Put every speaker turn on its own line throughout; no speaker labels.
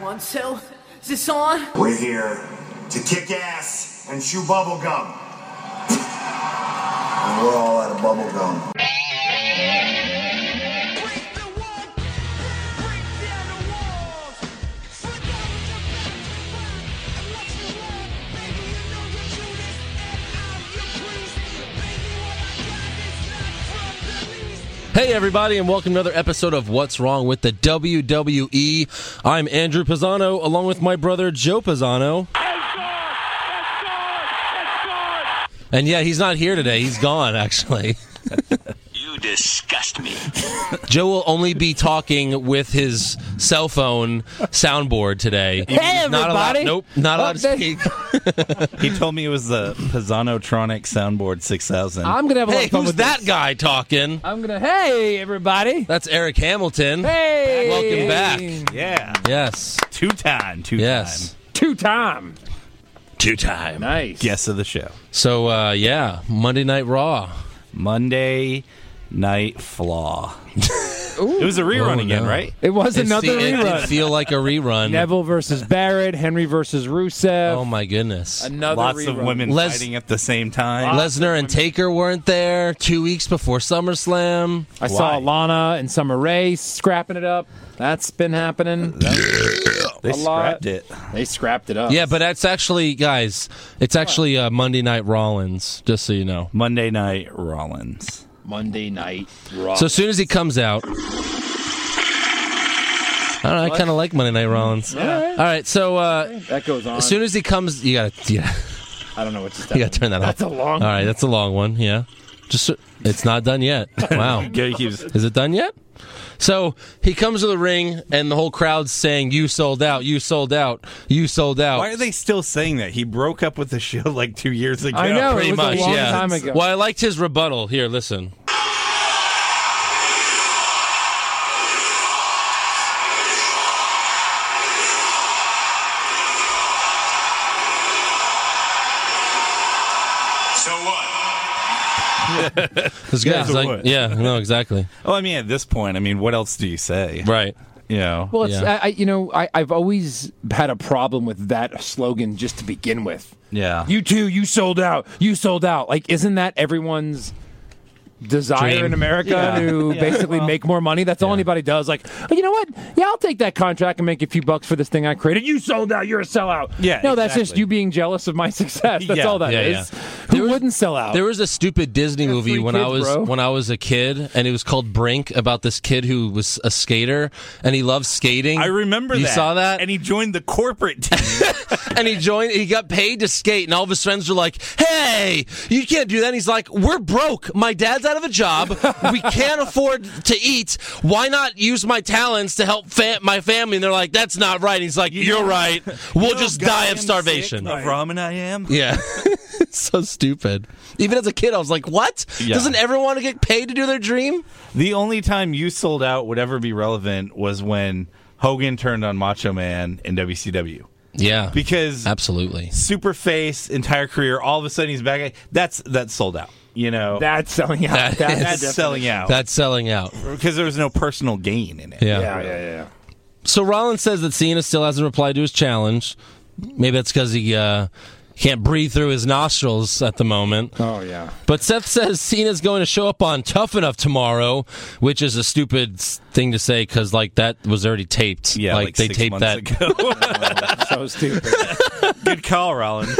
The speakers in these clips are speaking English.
one cell. Is this on?
We're here to kick ass and chew bubble gum. and we're all out of bubble gum.
Break the wall, break down the walls. Forget the past, burn and what you want. Baby, you know you do this, and I'm your priest. Baby, what I got is not from the least.
Hey, everybody, and welcome to another episode of What's Wrong with the WWE. I'm Andrew Pisano, along with my brother Joe Pisano. And yeah, he's not here today. He's gone, actually.
You disgust me.
Joe will only be talking with his cell phone soundboard today.
Hey,
He's not allowed-
everybody.
nope, not allowed to
Update.
speak.
He told me it was the Pisanotronic Soundboard 6000.
I'm gonna have a lot
Hey,
of fun
who's
with
that
this.
guy talking?
I'm gonna. Hey, everybody.
That's Eric Hamilton.
Hey.
Welcome back.
yeah,
Yes.
two time, two
Yes.
time.
Two time.
Two time.
Nice.
Guest of the show,
So, uh, yeah, Monday Night Raw.
Monday Night Flaw. It was a rerun
Oh,
again,
no.
right?
It was
It's
another
the- it did
rerun.
feel like a rerun.
Neville versus Barrett. Henry versus Rusev.
Oh my goodness.
another
Lots
rerun.
of women
Les-
fighting at the same time.
Lesnar and Taker weren't there two weeks before SummerSlam.
I saw
Why?
Lana and Summer Rae scrapping it up. That's been happening.
they
a lot.
scrapped it.
They scrapped it up.
Yeah, but that's actually, guys, it's actually uh, Monday Night Rollins, just so you know.
Monday Night Rollins.
Monday night Raw.
So as soon as he comes out. I don't know, I kind of like Monday Night Rollins. All right, so uh,
that goes on.
as soon as he comes, you gotta, yeah,
I don't know what just
you
happened.
gotta turn that off.
That's a long.
All right, that's a long one. Yeah, just so- it's not done yet. Wow.
Yeah, he was-
Is it done yet? So he comes to the ring, and the whole crowd's saying, "You sold out! You sold out! You sold out!"
Why are they still saying that? He broke up with the show like two years ago.
I know.
Pretty
it was
much,
a long
yeah.
time ago.
Well, I liked his rebuttal. Here, listen.
So what?
This guy's
So
like,
what?
yeah, no, exactly,
Oh, I mean, at this point, I mean, what else do you say?
right.
You know,
Well, it's,
Yeah.
I, I, you know, I, I've always had a problem with that slogan just to begin with.
yeah.
You too, you sold out, you sold out. Like, isn't that everyone's desire
Dream.
in America to basically make more money? That's all anybody does. Like, oh, you know what? Yeah, I'll take that contract and make a few bucks for this thing I created. You sold out, you're a sellout.
Yeah,
No, that's just
exactly.
you being jealous of my success. That's
Yeah,
all that
yeah,
is.
yeah.
Who wouldn't sell out?
There was a stupid Disney movie
three
when I
kids,
was
bro.
when I was a kid, and it was called Brink, about this kid who was a skater and he loved skating.
I remember
you
that.
saw that,
And he joined the corporate team.
and he joined. He got paid to skate, and all of his friends were like, "Hey, you can't do that." And he's like, "We're broke. My dad's out of a job. We can't afford to eat. Why not use my talents to help fa- my family?" And they're like, "That's not right." And he's like, "You're right. We'll just die of starvation."
Of ramen I am.
Yeah. so stupid. Even as a kid, I was like, what?
Yeah.
Doesn't everyone want to get paid to do their dream?
The only time you sold out would ever be relevant was when Hogan turned on Macho Man in WCW.
Yeah.
Because
absolutely.
super face, entire career, all of a sudden he's back. That's that's sold out. You know,
that's selling out.
That
that's
is-
that's
definitely-
selling out.
That's selling out.
because there was no personal gain in it.
Yeah.
yeah, yeah, yeah.
So Rollins says that Cena still hasn't replied to his challenge. Maybe that's because he uh, can't breathe through his nostrils at the moment.
Oh, yeah.
But Seth says Cena's going to show up on Tough Enough tomorrow, which is a stupid s- thing to say because like that was already taped.
Yeah, like,
they
six
taped
months
that.
ago.
So stupid.
Good call, Rollins.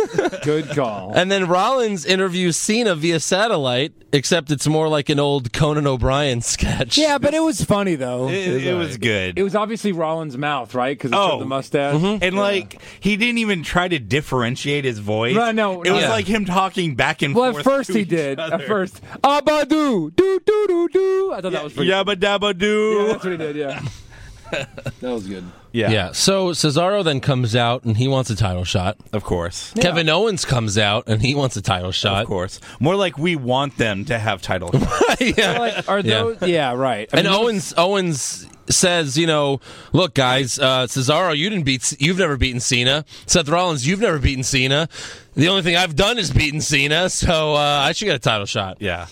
Good call.
And then Rollins interviews Cena via satellite, except it's more like an old Conan O'Brien sketch.
Yeah, but it was funny, though.
It, it was good.
It was obviously Rollins' mouth, right? Because
Oh.
of the mustache.
Mm-hmm.
and like he didn't even try to differentiate his voice.
Right, no,
it was
yeah.
like him talking back and
Well,
forth.
at first
to
he
each
did.
other.
At first, Abadoo, do do do do. I thought that was pretty.
Yabba dabba
Yeah,
doo.
that's what he did. Yeah, that was good.
Yeah. So Cesaro then comes out and he wants a title shot.
Of course.
Kevin Owens comes out and he wants a title shot.
Of course. More like we want them to have title.
yeah.
Like, are
Yeah.
those? Yeah, right. I
and
mean,
Owens Owens says, you know, look guys, uh, Cesaro, you didn't beat, you've never beaten Cena. Seth Rollins, you've never beaten Cena. The only thing I've done is beaten Cena, so uh, I should get a title shot.
yeah.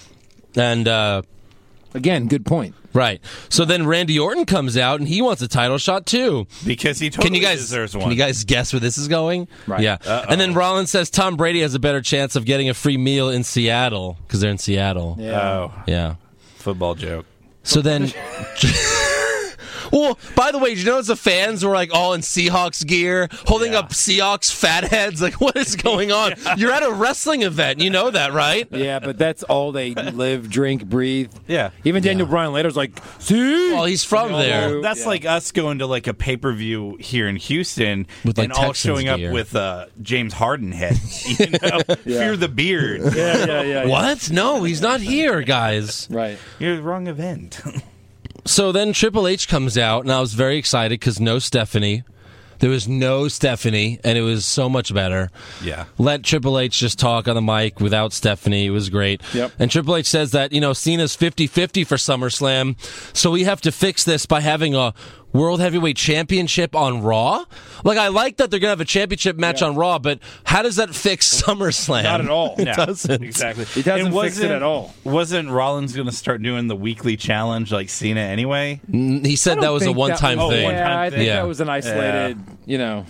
And uh,
again, good point.
Right. So then Randy Orton comes out and he wants a title shot too.
because he totally
Can you guys
deserves one.
can you guys guess where this is going?
Right.
Yeah. And then Rollins says Tom Brady has a better chance of getting a free meal in Seattle because they're in Seattle. Yeah.
oh, football joke.
So then. Well, by the way, did you notice the fans were like all in Seahawks gear, holding up Seahawks fat heads? Like, what is going on? You're at a wrestling event. You know that, right?
Yeah, but that's all they live, drink, breathe.
Yeah.
Even Daniel Bryan later's like, see?
Well, he's from there.
Well,
That's
yeah.
like us going to like a pay per view here in Houston
With, like,
and all
Texans
showing up
gear.
with uh, James Harden head. You know? Fear the beard.
yeah, yeah, yeah.
What? No, he's not here, guys.
Right.
You're the wrong event.
So then Triple H comes out, and I was very excited because no Stephanie. There was no Stephanie, and it was so much better.
yeah.
Let Triple H just talk on the mic without Stephanie. It was great.
Yep.
And Triple H says that, you know, Cena's 50 50 for SummerSlam, so we have to fix this by having a World Heavyweight Championship on Raw. Like, I like that they're going to have a championship match on Raw, but how does that fix SummerSlam?
Not at all.
It doesn't.
Exactly.
It doesn't
And
fix it
wasn't-
at all.
Wasn't Rollins going to start doing the weekly challenge like Cena anyway?
He said that was a one time
oh,
thing.
one-time
Yeah, I think
Yeah.
that was an isolated, you know.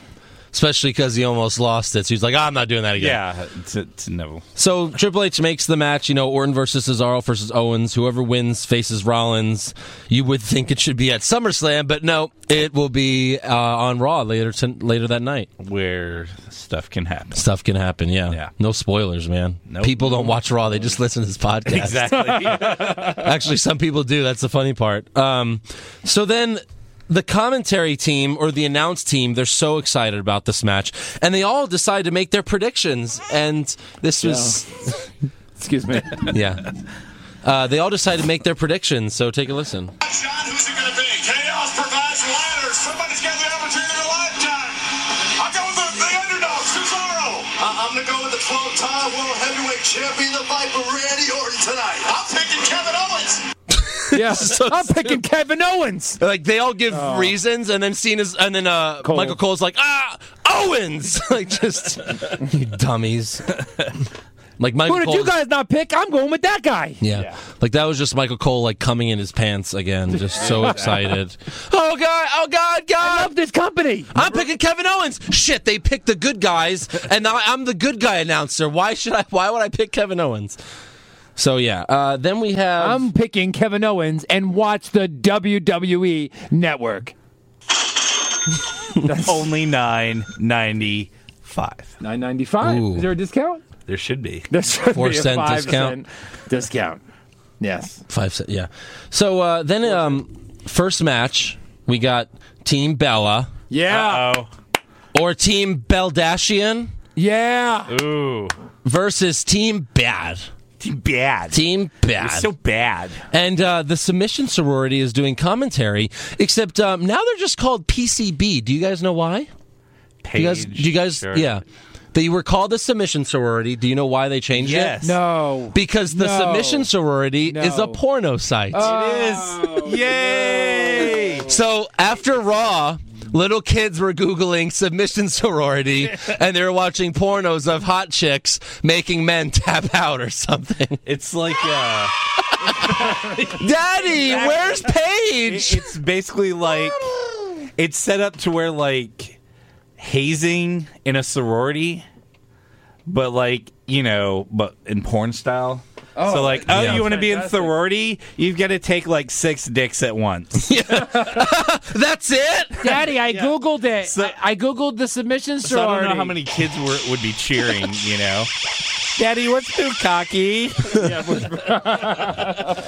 especially because he almost lost it. So he's like, I'm not doing that again.
Yeah, to, to no.
So Triple H makes the match, you know, Orton versus Cesaro versus Owens. Whoever wins faces Rollins. You would think it should be at SummerSlam, but no, it will be uh, on Raw later t- later that night.
Where stuff can happen.
Stuff can happen, yeah.
Yeah.
No spoilers, man.
Nope.
People don't watch Raw; they just listen to this podcast.
Exactly.
Actually, some people do. That's the funny part. Um, so then the commentary team or the announce team, they're so excited about this match, and they all decide to make their predictions. And this was
Excuse me.
yeah. Uh, they all decided to make their predictions, so take a listen.
John, who's it going to be? Chaos provides ladders. Somebody's got the opportunity of a lifetime. I'm going with the underdog, Cesaro. I'm going to go with the 12-time world heavyweight champion, the Viper, Randy Orton tonight. I'm picking Kevin Owens.
Yeah. I'm picking Kevin Owens.
Like they all give reasons, and then Cena's, and then uh,
Oh. Cole.
Michael Cole's like, ah, Owens, like just you dummies. like Michael
Who did
Cole,
you guys not pick? I'm going with that guy.
yeah. like that was just Michael Cole like coming in his pants again, just so excited. Oh god, oh god,
I
god.
love this company.
I'm picking Kevin Owens. Shit, they picked the good guys, and now I'm the good guy announcer. Why should I? Why would I pick Kevin Owens? So yeah, uh, then we have.
I'm picking Kevin Owens and watch the WWE network.
Only nine ninety five.
995.
Ooh.
Is there a discount?
There should be.
There should
Four
be a
cent
5%
discount.
Discount. Yes.
Five se- yeah. So uh, then, um, first match we got Team Bella
Yeah.
Oh,
or Team Beldashian
Yeah.
Oh, ooh,
versus Team Bad.
bad.
Team Bad.
So bad.
and uh, the submission sorority is doing commentary, except um, now they're just called PCB. Do you guys know why? Do you guys? Do you guys?
sure.
Yeah. They were called the submission sorority. Do you know why they changed
Yes.
it?
No.
Because the
No.
submission sorority is a
No. Oh.
porno site.
It is. Yay!
So after Raw, little kids were Googling submission sorority and they were watching pornos of hot chicks making men tap out or something.
It's like uh,
Daddy, where's
it-
Paige?
it's basically like it's set up to where like hazing in a sorority, but like you know, but in porn style. so like, oh,
yeah.
you want to be in sorority? You've got to take like six dicks at once.
That's it?
Daddy, I Googled it.
So-
I, I Googled the submission
so I
sorority.
don't know how many kids were, would be cheering. You know, Daddy, what's too cocky?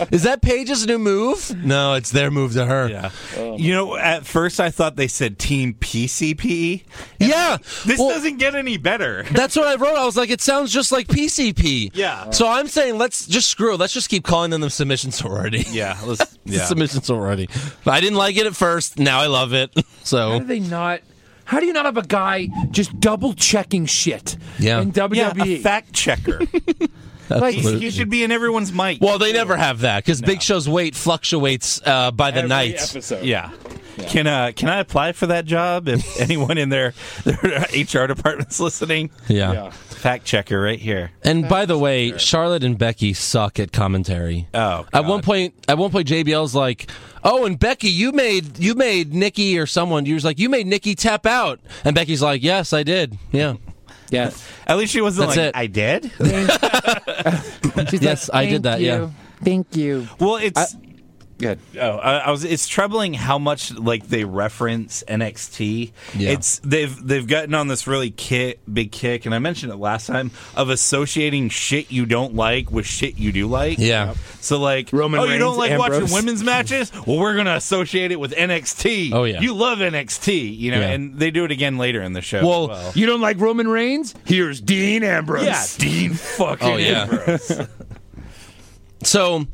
Is that Paige's new move? No, it's their move to her. Yeah.
Yeah. You know, at first I thought they said Team PCP. This
well,
doesn't get any better.
That's what I wrote. I was like, it sounds just like PCP.
Yeah.
So I'm saying, let's just screw it. Let's just keep calling them the submission sorority.
Yeah. Let's, yeah.
submission sorority. I didn't like it at first. Now I love it. So
How do they not? How do you not have a guy just double checking shit?
Yeah.
In E? WWE,
yeah, a fact checker.
like
He- he should be in everyone's mic.
Well, they never have that because Big Show's weight fluctuates uh, by the night.
yeah. Can uh, can I apply for that job? If anyone in their, their HR department's listening,
Yeah.
fact checker right here.
And by the way, Charlotte and Becky suck at commentary.
Oh,
At
God.
one point, at one point, JBL's like, "Oh, and Becky, you made you made Nikki or someone. You was like, you made Nikki tap out." And Becky's like, "Yes, I did. Yeah,
Yes.
At least she wasn't
That's
like
it.
I did.
She's
Yes, I did
"Thank
that, yeah."
you. Thank you.
Well, it's
Good.
Oh, I, I was. It's troubling how much like they reference NXT.
Yeah.
It's they've they've gotten on this really kick, big kick, and I mentioned it last time of associating shit you don't like with shit you do like.
Yeah.
So like,
Roman
oh, you don't
Reigns,
like watching
Ambrose.
women's matches? Well, we're gonna associate it with NXT.
Oh, yeah.
You love NXT, you know,
Yeah.
and they do it again later in the show.
Well,
as well.
you don't like Roman Reigns? Here's Dean Ambrose.
yeah, Dean fucking
Oh, yeah.
Ambrose.
So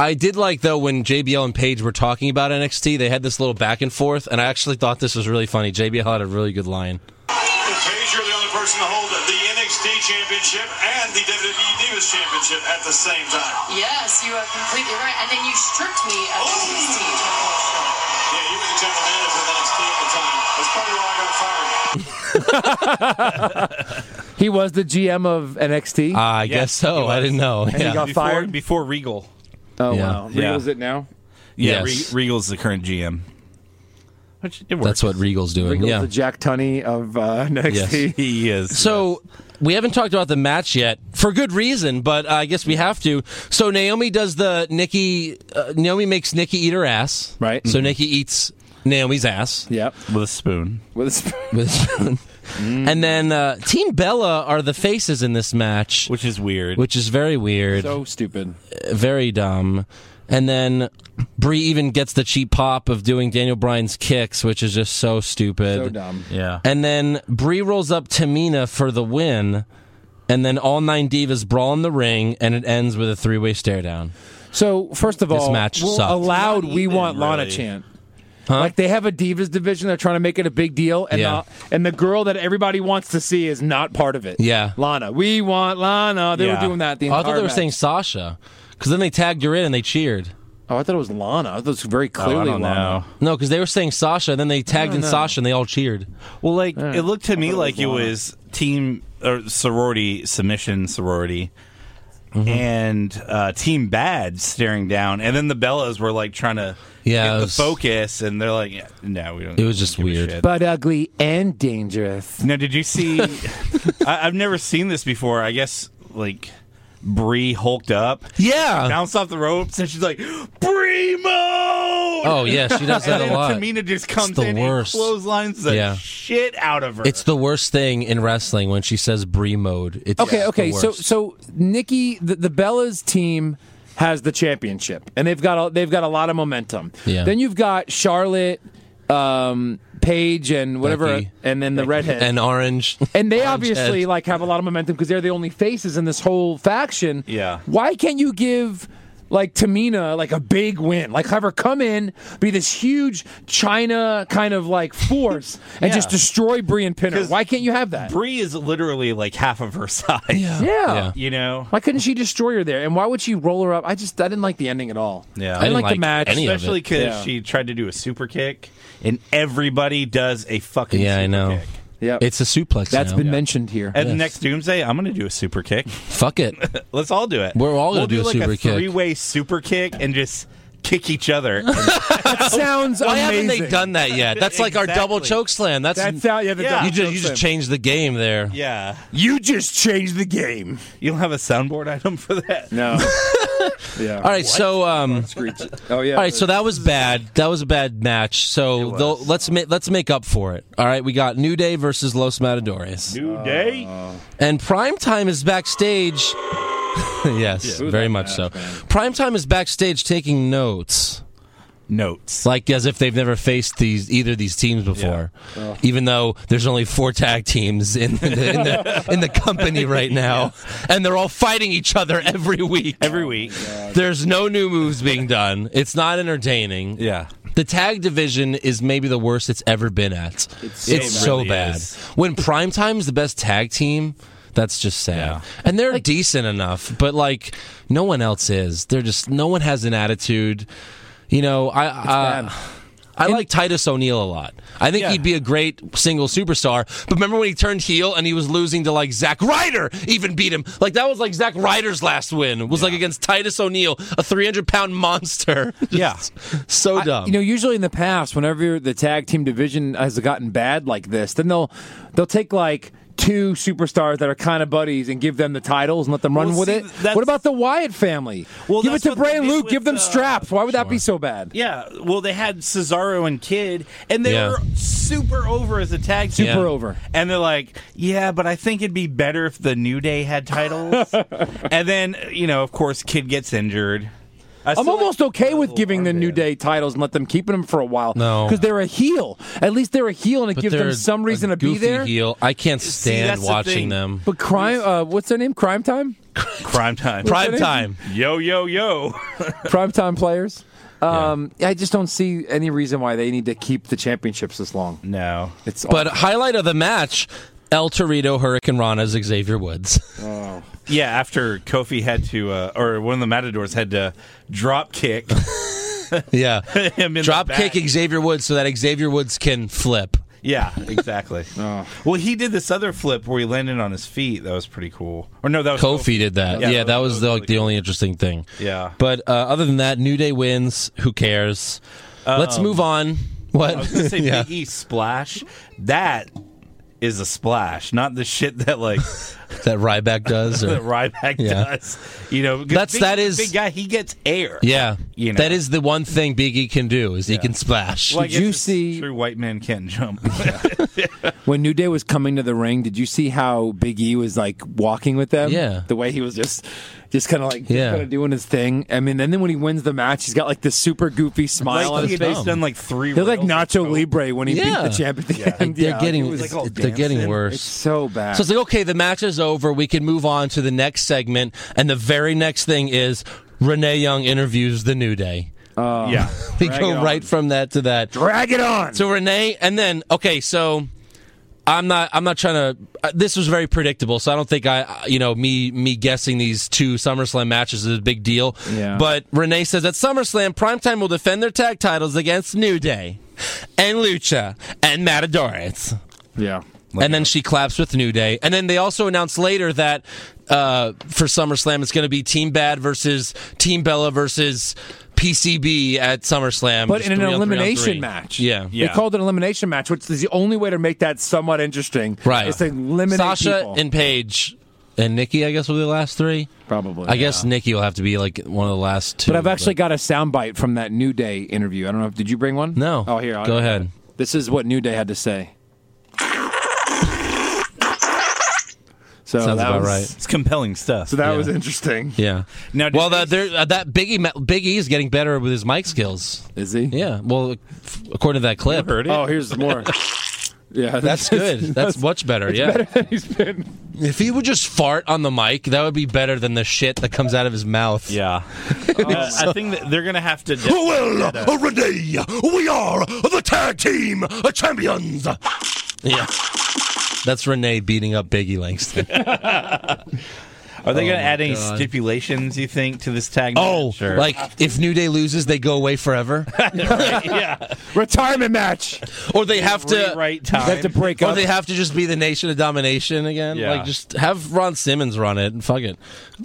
I did like though when JBL and Paige were talking about NXT, they had this little back and forth, and I actually thought this was really funny. JBL had a really good line.
Paige, you're the only person to hold the NXT Championship and the WWE Divas Championship at the same time.
Yes, you are completely right. And then you stripped me of the
Oh.
NXT championship.
Yeah, you were the general manager of NXT at the time. That's probably why I got fired.
He was the GM of NXT.
I
Yes,
guess so.
he
I
was.
didn't know.
he
Yeah.
got-
before,
fired?
before Regal.
oh
yeah.
wow.
Yeah.
Reels it now.
Yeah,
Yes.
Re- Regal's the current GM. Which it works.
That's what Regal's doing.
Regal's
yeah.
the Jack Tunney of uh, NXT.
he is.
So we haven't talked about the match yet for good reason, but I guess we have to. So Naomi does the Nikki. Uh, Naomi makes Nikki eat her ass.
Right.
So Nikki eats Naomi's ass
Yep.
with a spoon.
With a sp-
with a
Mm.
spoon. And then uh, Team Bella are the faces in this match,
which is weird.
which is very weird,
so stupid.
very dumb. And then Brie even gets the cheap pop of doing Daniel Bryan's kicks, which is just so stupid.
So dumb.
yeah,
And then Brie rolls up Tamina for the win. And then all nine divas brawl in the ring, and it ends with a three-way stare down.
So first of
This
all,
match
we're
sucked.
allowed
Not
we
even,
want Lana
really.
chant. Like they have a divas division, they're trying to make it a big deal, and
Yeah.
the, and the girl that everybody wants to see is not part of it.
Yeah.
Lana, we want Lana. They
Yeah.
were doing that the
Oh, I
entire.
thought they were
match.
saying Sasha, because then they tagged her in and they cheered.
Oh, I thought it was Lana. I thought it was very clearly
Oh, I don't
Lana.
know.
No, because they were saying Sasha, and then they tagged in Sasha and they all cheered.
Well, like it looked to me
it was
like it
Lana.
was team or sorority submission sorority.
Mm-hmm.
And uh, Team Bad staring down, and then the Bellas were like trying to
Yeah,
get
it
the
was-
focus, and they're like, yeah, "No, we don't."
It was just
give a
weird.
shit."
But ugly and dangerous.
Now, did you see? I, I've never seen this before. I guess like Bree hulked up,
Yeah.
bounced off the ropes, and she's like, "Primo!"
Oh yeah, she does that
and
a
then
lot.
Tamina just comes
the
in
worst.
and clotheslines the
Yeah.
shit out of her.
It's the worst thing in wrestling when she says Brie mode. It's
Okay,
the
okay. So
worst.
so Nikki, the, the Bellas team has the championship, and they've got a, they've got a lot of momentum.
Yeah.
Then you've got Charlotte, um, Paige, and whatever,
Becky.
and then the redhead,
and orange.
and they
Orange
obviously
head.
like have a lot of momentum because they're the only faces in this whole faction.
Yeah.
Why can't you give like Tamina like a big win? Like have her come in, be this huge China kind of like force, and
Yeah.
just destroy Brie and Pinner.
'Cause
Why can't you have that?
Bree is literally like half of her size. Yeah.
Yeah.
You know,
Why couldn't she destroy her there? And why would she roll her up? I just I didn't like the ending at all.
Yeah.
I
I
didn't
didn't
like the
like
match.
any of it.
especially because
Yeah.
she tried to do a super kick, and everybody does a fucking
Yeah, I
super
know.
kick.
Yeah,
It's a suplex.
that's
now.
been mentioned here.
At the next Doomsday, I'm going to do a super kick.
fuck it.
Let's all do it.
We're all gonna
We'll
do a
like
super
a
kick.
Three-way super kick and just kick each other.
That sounds
Why
amazing.
haven't they done that yet? That's like our double
Exactly.
choke slam. That's
That's how, yeah, the
Yeah.
double
you just
choke
you
slam.
just changed the game there.
yeah.
you just changed the game.
You don't have a soundboard item for that.
No. yeah.
All right, so um,
Oh yeah.
all right, so that was bad. That was a bad match. So though, let's ma- let's make up for it. All right, we got New Day versus Los Matadores,
New day.
Uh, and Primetime is backstage. yes, very much so. Primetime is backstage taking notes,
Notes.
like as if they've never faced these either of these teams before, even though there's only four tag teams in the, in the in the company right now, and they're all fighting each other every week.
Every week.
There's no new moves being done. It's not entertaining.
Yeah.
The tag division is maybe the worst it's ever been at. It's, so
really
bad.
is.
When Primetime's the best tag team, that's just sad. And they're decent enough, but like no one else is. They're just no one has an attitude. You know, I I, uh, I like Titus O'Neil a lot. I think
Yeah.
he'd be a great single superstar. But remember when he turned heel and he was losing to like Zack Ryder, even beat him. Like that was like Zack Ryder's last win. was like against Titus O'Neil, a 300 pound monster.
Yeah.
so dumb.
You know, usually in the past, whenever the tag team division has gotten bad like this, then they'll they'll take like two superstars that are kind of buddies and give them the titles and let them run
Well,
with
see,
it.
that's-
What about the Wyatt family?
Well,
give it
that's
to
what
Bray
they
and
did
Luke.
with,
give them
uh,
straps. Why would that be so bad?
Yeah, well, they had Cesaro and Kid, and they
Yeah.
were super over as a tag team.
Super
Yeah.
over.
And they're like, yeah, but I think it'd be better if the New Day had titles. and then, you know, of course, Kid gets injured. I
I'm
still like-
almost okay with giving the New
Armband.
Day titles and let them keep them for a while.
No.
because they're a heel. At least they're a heel, and it
But
gives them
they're
some
a
reason to be
goofy
there.
Heel. I can't stand
that's the
watching
thing.
them.
But crime, uh, what's their name? Crime time.
Crime time.
Prime
that
time.
yo, yo, yo.
primetime players. Um, I just don't see any reason why they need to keep the championships this long.
no.
It's
But highlight of the match. El Torito Hurricane Rana's Xavier Woods.
Yeah, after Kofi had to, uh, or one of the Matadors had to drop kick
yeah.
him in
Drop
the back.
kick Xavier Woods so that Xavier Woods can flip.
Yeah, exactly.
Oh.
Well, he did this other flip where he landed on his feet. That was pretty cool. Or no, that was
Kofi did that. Yeah,
Yeah,
that was, like the
really
only interesting thing.
Yeah.
But uh, other than that, New Day wins. Who cares? Let's move on. What?
Um, I was gonna say
yeah.
Big E splash. That is a splash, not the shit that like
That Ryback does. Or,
that Ryback
Yeah.
does. You know, 'cause
That's-
Big
that
E's a
is-
big guy. He gets air.
yeah.
You know.
That is the one thing Big E can do is he can splash.
Well, I
Did
guess
you
it's
see-
True white man can't jump.
when New Day was coming to the ring. Did you see how Big E was like walking with them?
Yeah.
the way he was just, just kind of like,
Yeah.
kind of doing his thing. I mean, and then when he wins the match, he's got like this super goofy smile on
like,
his
he
face.
had just done like three.
They're like
rails.
Nacho Libre when he
Yeah.
beat the champion. Yeah,
they're getting
it was-
like, all
they're getting
dancing.
worse.
it's so bad.
So it's like, okay, the match is over. We can move on to the next segment. And the very next thing is Renee Young interviews The New Day.
Oh. Yeah.
We
Drag it
go
on.
right from that to that.
Drag it on.
So Renee, and then okay, so I'm not I'm not trying to. Uh, this was very predictable, so I don't think I uh, you know me me guessing these two SummerSlam matches is a big deal.
Yeah.
But Renee says at SummerSlam, Primetime will defend their tag titles against New Day and Lucha and Matadores.
yeah,
and then she claps with New Day. And then they also announced later that uh, for SummerSlam, it's going to be Team Bad versus Team Bella versus PCB at SummerSlam.
But
just
in an
three on three on
elimination
three.
match.
Yeah.
Yeah.
They called it an elimination match, which is the only way to make that somewhat interesting.
Right.
Is to eliminate
Sasha
people.
and Paige and Nikki, I guess, will be the last three.
Probably.
I guess Nikki will have to be like one of the last two.
But I've actually got a soundbite from that New Day interview. I don't know if did you bring one?
No.
Oh, here. I'll-
Go ahead.
This is what New Day had to say. So
Sounds
that
about
was,
right.
It's compelling stuff.
So that
Yeah.
was interesting.
Yeah.
Now,
well,
did
that there, uh, that Biggie Ma- Big E is getting better with his mic skills.
Is he?
Yeah. Well, f- according to that clip,
heard it.
Oh, here's more. yeah,
that's good. That's much better. Yeah.
he's been.
If he would just fart on the mic, that would be better than the shit that comes out of his mouth.
Yeah. Uh, I think that they're gonna have to.
Well, Renee, we are the tag team champions.
Yeah. That's Renee beating up Biggie Langston.
Are they
Oh
gonna
my
add any
God.
stipulations? You think to this tag?
Oh,
match, or-
like if New Day loses, they go away forever,
yeah.
Retirement match.
or they have to
Rewrite time.
They have to break
Or
up.
they have to just be the Nation of Domination again.
Yeah.
Like, just have Ron Simmons run it and fuck it.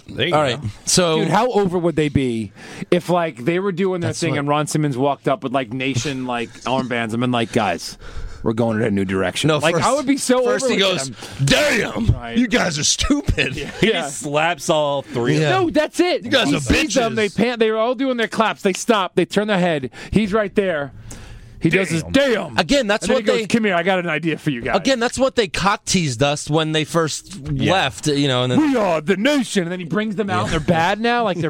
There you
All
go.
right. So,
Dude, how over would they be if like they were doing their
That's
thing
what-
and Ron Simmons walked up with like nation like armbands and been like, guys, we're going in a new direction.
no,
like
first,
I would be so
First,
over
he
with
goes,
them.
"Damn,
Right.
you guys are stupid."
He
Yeah.
just slaps all
Yeah.
three. of them.
No, that's it. You
guys
he
are
sees Them,
bitches.
they pant. They're all doing their claps. They stop. They turn their head. He's right there. He does his damn.
Again, that's
and then
what
he goes,
they-
Come here. I got an idea for you guys.
Again, that's what they cock teased us when they first left. You know, and then
we are the nation. And then he brings them out. and They're bad now. Like they're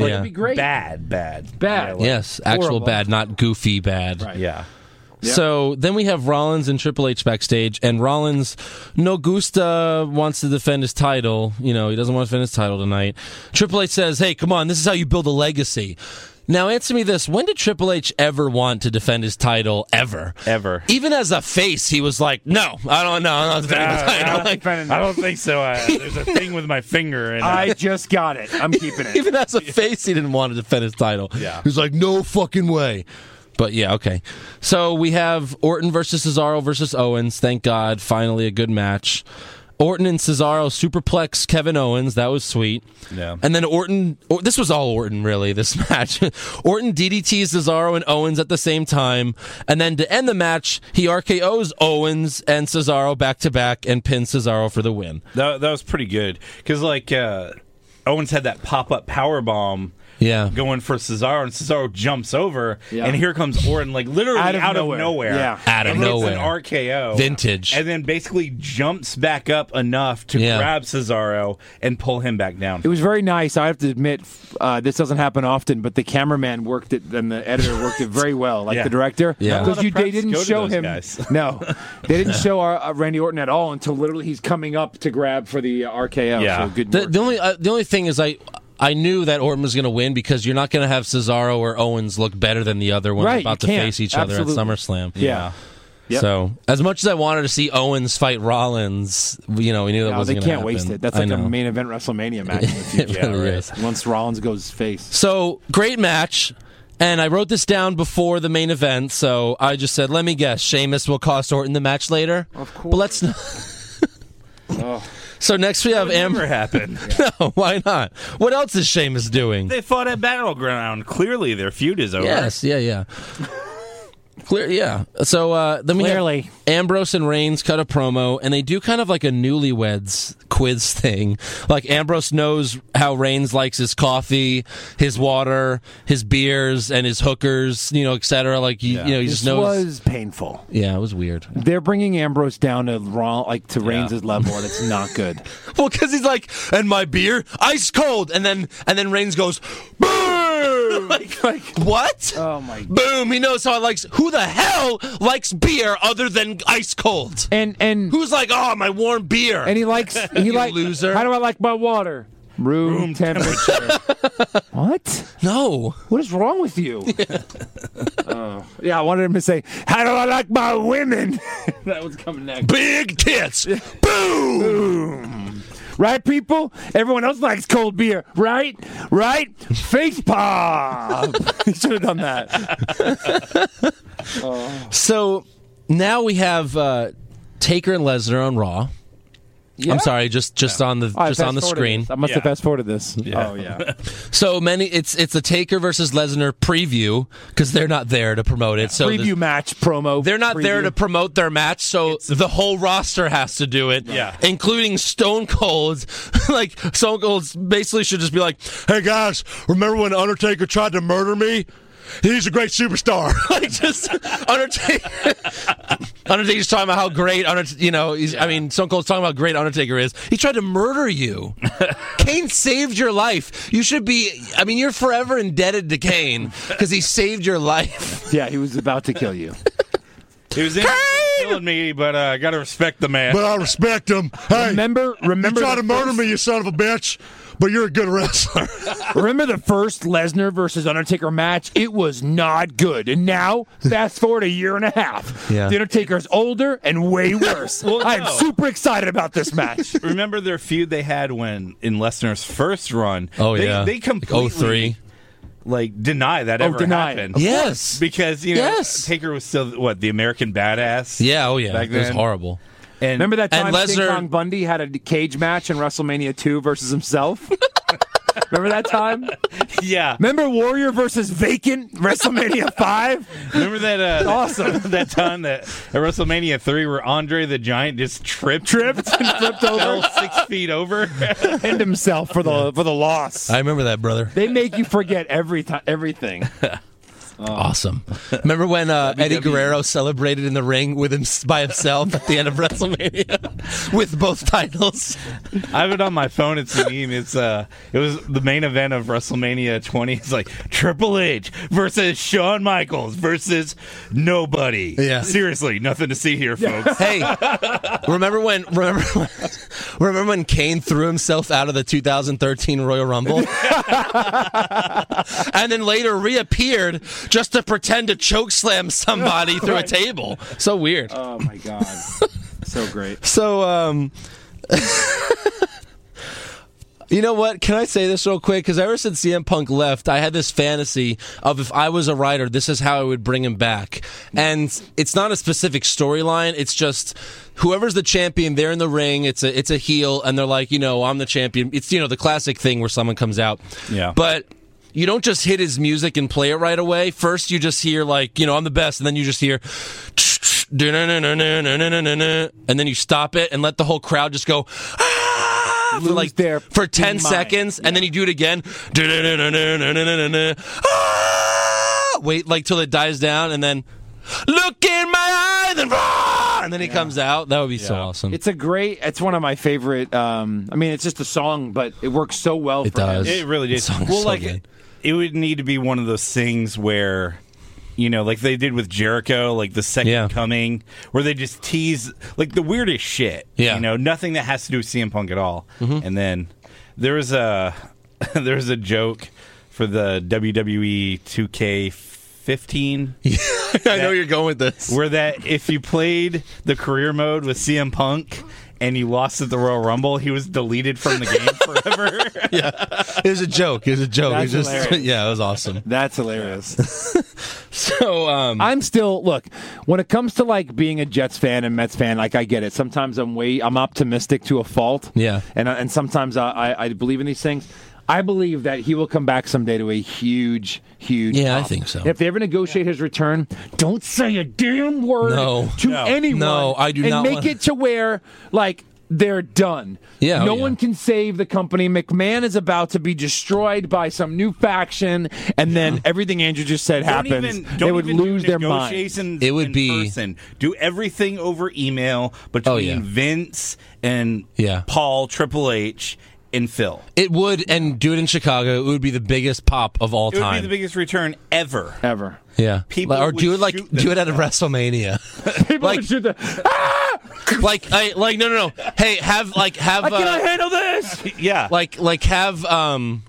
Like
Yeah.
it'd be great.
Bad, bad,
Bad.
Yeah, like-
yes, actual
Horrible.
bad, not goofy bad.
Right.
yeah.
So then we have Rollins and Triple H backstage, and Rollins, no Gusta wants to defend his title. You know, he doesn't want to defend his title tonight. Triple H says, Hey, come on, this is how you build a legacy. Now, answer me this when did Triple H ever want to defend his title? Ever?
Ever.
Even as a face, he was like, No, I don't know. I'm not defending the title. Like,
I don't think so. I, there's a thing with my finger, and
I just got it. I'm keeping it.
even as a face, he didn't want to defend his title.
Yeah.
He's like, No fucking way. But yeah, okay. So we have Orton versus Cesaro versus Owens. Thank God, finally a good match. Orton and Cesaro superplex Kevin Owens. That was sweet.
Yeah.
And then Orton. Or, this was all Orton really. This match. Orton DDTs Cesaro and Owens at the same time. And then to end the match, he RKO's Owens and Cesaro back to back and pins Cesaro for the win.
That, that was pretty good because like uh, Owens had that pop up power bomb.
Yeah.
Going for Cesaro, and Cesaro jumps over,
Yeah.
and here comes Orton, like literally out of, nowhere.
Yeah.
Out of
And hits
nowhere.
an RKO,
Vintage.
and then basically jumps back up enough to
Yeah.
grab Cesaro and pull him back down.
It was very nice. I have to admit, uh, this doesn't happen often, but the cameraman worked it and the editor worked it very well, like
Yeah.
the director.
Yeah. Not a lot
because
of
you they
preps
didn't
go to
show
those
him.
guys.
No, they didn't show our, uh, Randy Orton at all until literally he's coming up to grab for the uh, RKO.
Yeah.
so good.
The,
work.
the only uh, the only thing is I I knew that Orton was going to win because you're not going to have Cesaro or Owens look better than the other one
Right,
about to
you can't.
face each other
Absolutely.
at SummerSlam.
yeah. Yep.
So as much as I wanted to see Owens fight Rollins, you know, we knew that
No, they
wasn't
can't
going to
waste it. That's like a main event WrestleMania match. in the future.
It really
right.
is.
Once Rollins goes face.
So great match. And I wrote this down before the main event, so I just said, "Let me guess, Sheamus will cost Orton the match later." Of course, but let's. Not...
Oh.
So next we have
Never
Amber.
happened.
No, why not? What else is Sheamus doing?
They fought at Battleground. Clearly, their feud is over.
Yes, yeah, yeah. Clear, yeah. So uh, then we have
Clearly.
Ambrose and Reigns cut a promo, and they do kind of like a newlyweds quiz thing. Like Ambrose knows how Reigns likes his coffee, his water, his beers, and his hookers, you know, etc. Like you, you know, he
This
just knows.
was painful.
yeah, it was weird.
They're bringing Ambrose down to Raw, like to Reigns' level, and it's not good.
Well, because he's like, and my beer, ice cold, and then and then Reigns goes, boom. like, like what?
Oh, my God.
Boom! He knows how I likes. Who the hell likes beer other than ice cold?
And and
Who's like, oh, my warm beer?
and he likes he like
loser.
How do I like my water? Room, temperature. what?
no.
What is wrong with you? Yeah. yeah, I wanted him to say, "How do I like my women?" that was coming next,
Big tits. Boom!
right, people? Everyone else likes cold beer, right? Right? Face pop. he should have done that.
So now we have uh, Taker and Lesnar on Raw. I'm sorry, just just on the
I
just on the
fast-forwarded
screen.
this. I must have
Yeah.
fast forwarded this.
Yeah.
Oh yeah.
So many, it's it's a Taker versus Lesnar preview because they're not there to promote it. So
preview
there's-
match promo.
they're not there
preview.
to promote their match, so the whole roster has to do it.
Yeah.
including Stone Cold. like Stone Cold basically should just be like, "Hey guys, remember when Undertaker tried to murder me?" He's a great superstar. like just Undertaker. Undertaker's talking about how great Undertaker. You know, he's, I mean, Stone Cold's talking about how great Undertaker is. He tried to murder you. Kane saved your life. You should be. I mean, you're forever indebted to Kane because he saved your life.
Yeah, he was about to kill you.
It was in- killing me, but uh, I gotta respect the man.
I respect him. Hey,
Remember, remember. the first-
me, you son of a bitch, but you're a good wrestler.
Remember the first Lesnar versus Undertaker match? It was not good. And now, fast forward a year and a half.
Yeah.
The Undertaker's older and way worse.
Well,
I am
no.
super excited about this match.
Remember their feud they had when in Lesnar's first run.
Oh
they,
yeah,
they completely
oh three.
like deny that
Oh,
ever
deny it.
happened.
Yes.
because you know
Yes.
Taker was still what the American badass.
Yeah. Oh yeah.
Back
It was
then.
horrible.
and
Remember that time
And Lesnar-
King Kong Bundy had a cage match in WrestleMania 2 versus himself? Remember that time?
Yeah,
Remember Warrior versus Vacant WrestleMania 5?
remember that uh,
Awesome.
that time that at WrestleMania three where Andre the Giant just tripped
Tripped and flipped
fell
over,
six feet over.
pinned himself for the for the loss.
I remember that, brother.
They make you forget every time everything.
Awesome. Remember when uh,
E.
Eddie Guerrero celebrated in the ring with him by himself at the end of WrestleMania with both titles?
I have it on my phone. It's a meme. It's uh, it was the main event of WrestleMania 20. It's like Triple H versus Shawn Michaels versus nobody.
Yeah.
seriously, nothing to see here, folks.
Hey, remember when? Remember, when- remember when Kane threw himself out of the 2013 Royal Rumble, and then later reappeared just to pretend to choke slam somebody through a table? So weird.
Oh my god. so great.
So, um, You know what? Can I say this real quick? Because ever since CM Punk left, I had this fantasy of if I was a writer, this is how I would bring him back. And it's not a specific storyline. It's just whoever's the champion, they're in the ring. It's a it's a heel, and they're like, you know, I'm the champion. It's you know the classic thing where someone comes out.
Yeah.
But you don't just hit his music and play it right away. First, you just hear like, you know, I'm the best, and then you just hear. And then you stop it and let the whole crowd just go "Ah," for
Lose
like
their
for ten
mind.
seconds, and then you do it again. "Ah," Wait like till it dies down, and then look in my eyes and "Ah," and then he comes out. That would be so awesome.
It's a great. It's one of my favorite. Um, I mean, it's just a song, but it works so well.
It
for him.
does.
It really did.
That song's
well,
so
like
good.
it would need to be one of those things where, you know, like they did with Jericho, like the second
Yeah.
coming, where they just tease like the weirdest shit.
Yeah. Mm-hmm.
you know, nothing that has to do with CM Punk at all. And then there was a there was a joke for the E WWE 2K15
I know you're going with this.
where that if you played the career mode with CM Punk. And you lost at the Royal Rumble. He was deleted from the game forever.
It was a joke. It was a joke. It was
That's
just,
hilarious.
yeah, it was awesome.
That's hilarious.
So um,
I'm still look when it comes to like being a Jets fan and Mets fan. Like I get it. Sometimes I'm way I'm optimistic to a fault.
Yeah.
and I- and sometimes I I, I believe in these things. I believe that he will come back someday to a huge, huge.
Yeah, I
pop.
think so.
If they ever negotiate his return, don't say a damn word
No.
to
No.
anyone.
No, I do
and
not
make
wanna-
it to where like they're done.
Yeah, oh
no
yeah.
one can save the company. McMahon is about to be destroyed by some new faction, and then everything Andrew just said happens. they would
even do
lose their mind.
negotiations
It would
in
be-
person. do everything over email between
Oh, yeah.
Vince and
Yeah.
Paul Triple H and Phil.
It would, and do it in Chicago. It would be the biggest pop of all
It would
time.
be the biggest return ever.
ever.
yeah,
People
or do
would
it like
shoot
do it at a WrestleMania.
People
Like-
would shoot the.
like, I, like no, no, no. Hey, have like have
I cannot
uh,
handle this.
Yeah,
like like have um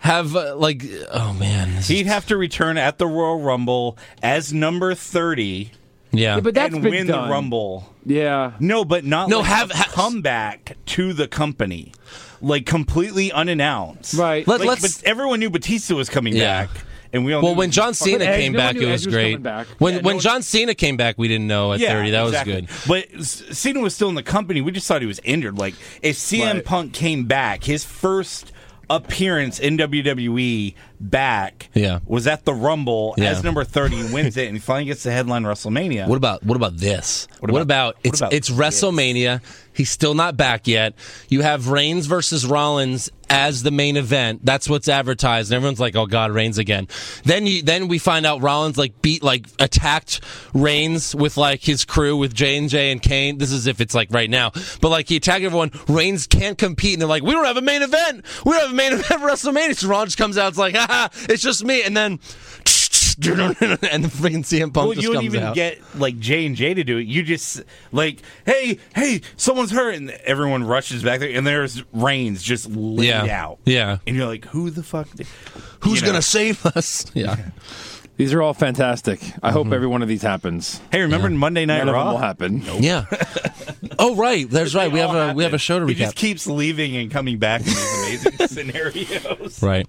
have uh, like oh man, this is-
he'd have to return at the Royal Rumble as number thirty
yeah.
but that's
and
been
win
done.
the Rumble.
Yeah,
No, but not
No,
like
have-
a
ha-
comeback to the company, like completely unannounced.
right.
Let-
Like,
let's-
but everyone knew Batista was coming
Yeah.
back, and we all
well,
knew
when
he
John
was
Cena
But Edge-
came
no one
back,
knew
it
Edge
was
was
great.
coming back.
When
Yeah, no
when
one-
John Cena came back, we didn't know at thirty. That
exactly.
was good.
But S- Cena was still in the company. We just thought he was injured. Like if CM
Right.
Punk came back, his first appearance in WWE back
Yeah.
was at the Rumble
Yeah.
as number 30 and wins it and he finally gets the headline WrestleMania.
What about what about this? What
about-
about,
what
it's
about
it's WrestleMania? He's still not back yet. You have Reigns versus Rollins as the main event. That's what's advertised, and everyone's like, "Oh God, Reigns again." Then you then we find out Rollins like beat like attacked Reigns with like his crew with J and J and Kane. This is if it's like right now, but like he attacked everyone. Reigns can't compete, and they're like, "We don't have a main event. We don't have a main event for WrestleMania." So Rollins comes out, it's like, "Ha ha, it's just me," and then. and the freaking CM Punk
well,
just
you don't
comes
even
out.
get like J and J to do it. You just like, hey, hey, someone's hurt, and everyone rushes back there, and there's Reigns just laid
Yeah.
out.
Yeah.
and you're like, who the fuck? Did-
Who's
you know.
gonna save us? Yeah.
These are all fantastic. I hope every one of these happens.
Hey, remember Monday Night
None of
Raw?
them will happen.
Yeah. oh right, that's right. We have a
all
we have a
happen.
show to
He just
recap.
keeps leaving and coming back in these amazing scenarios.
right.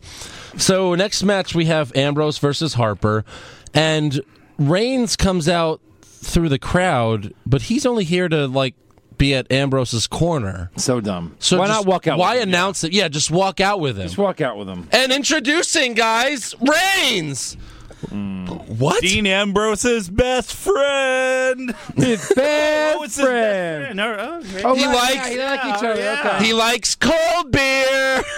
So next match we have Ambrose versus Harper, and Reigns comes out through the crowd, but he's only here to like be at Ambrose's corner.
So dumb.
So
why
just-
not walk out?
Why
with them?
announce it? Yeah, just walk out with him.
Just walk out with them.
and introducing guys, Reigns. What?
Dean Ambrose's best friend.
His best
Oh, it's his best
friend.
friend. Oh, okay.
Oh,
He
right,
likes-
yeah, they like each other.
yeah.
Okay.
he likes cold beer.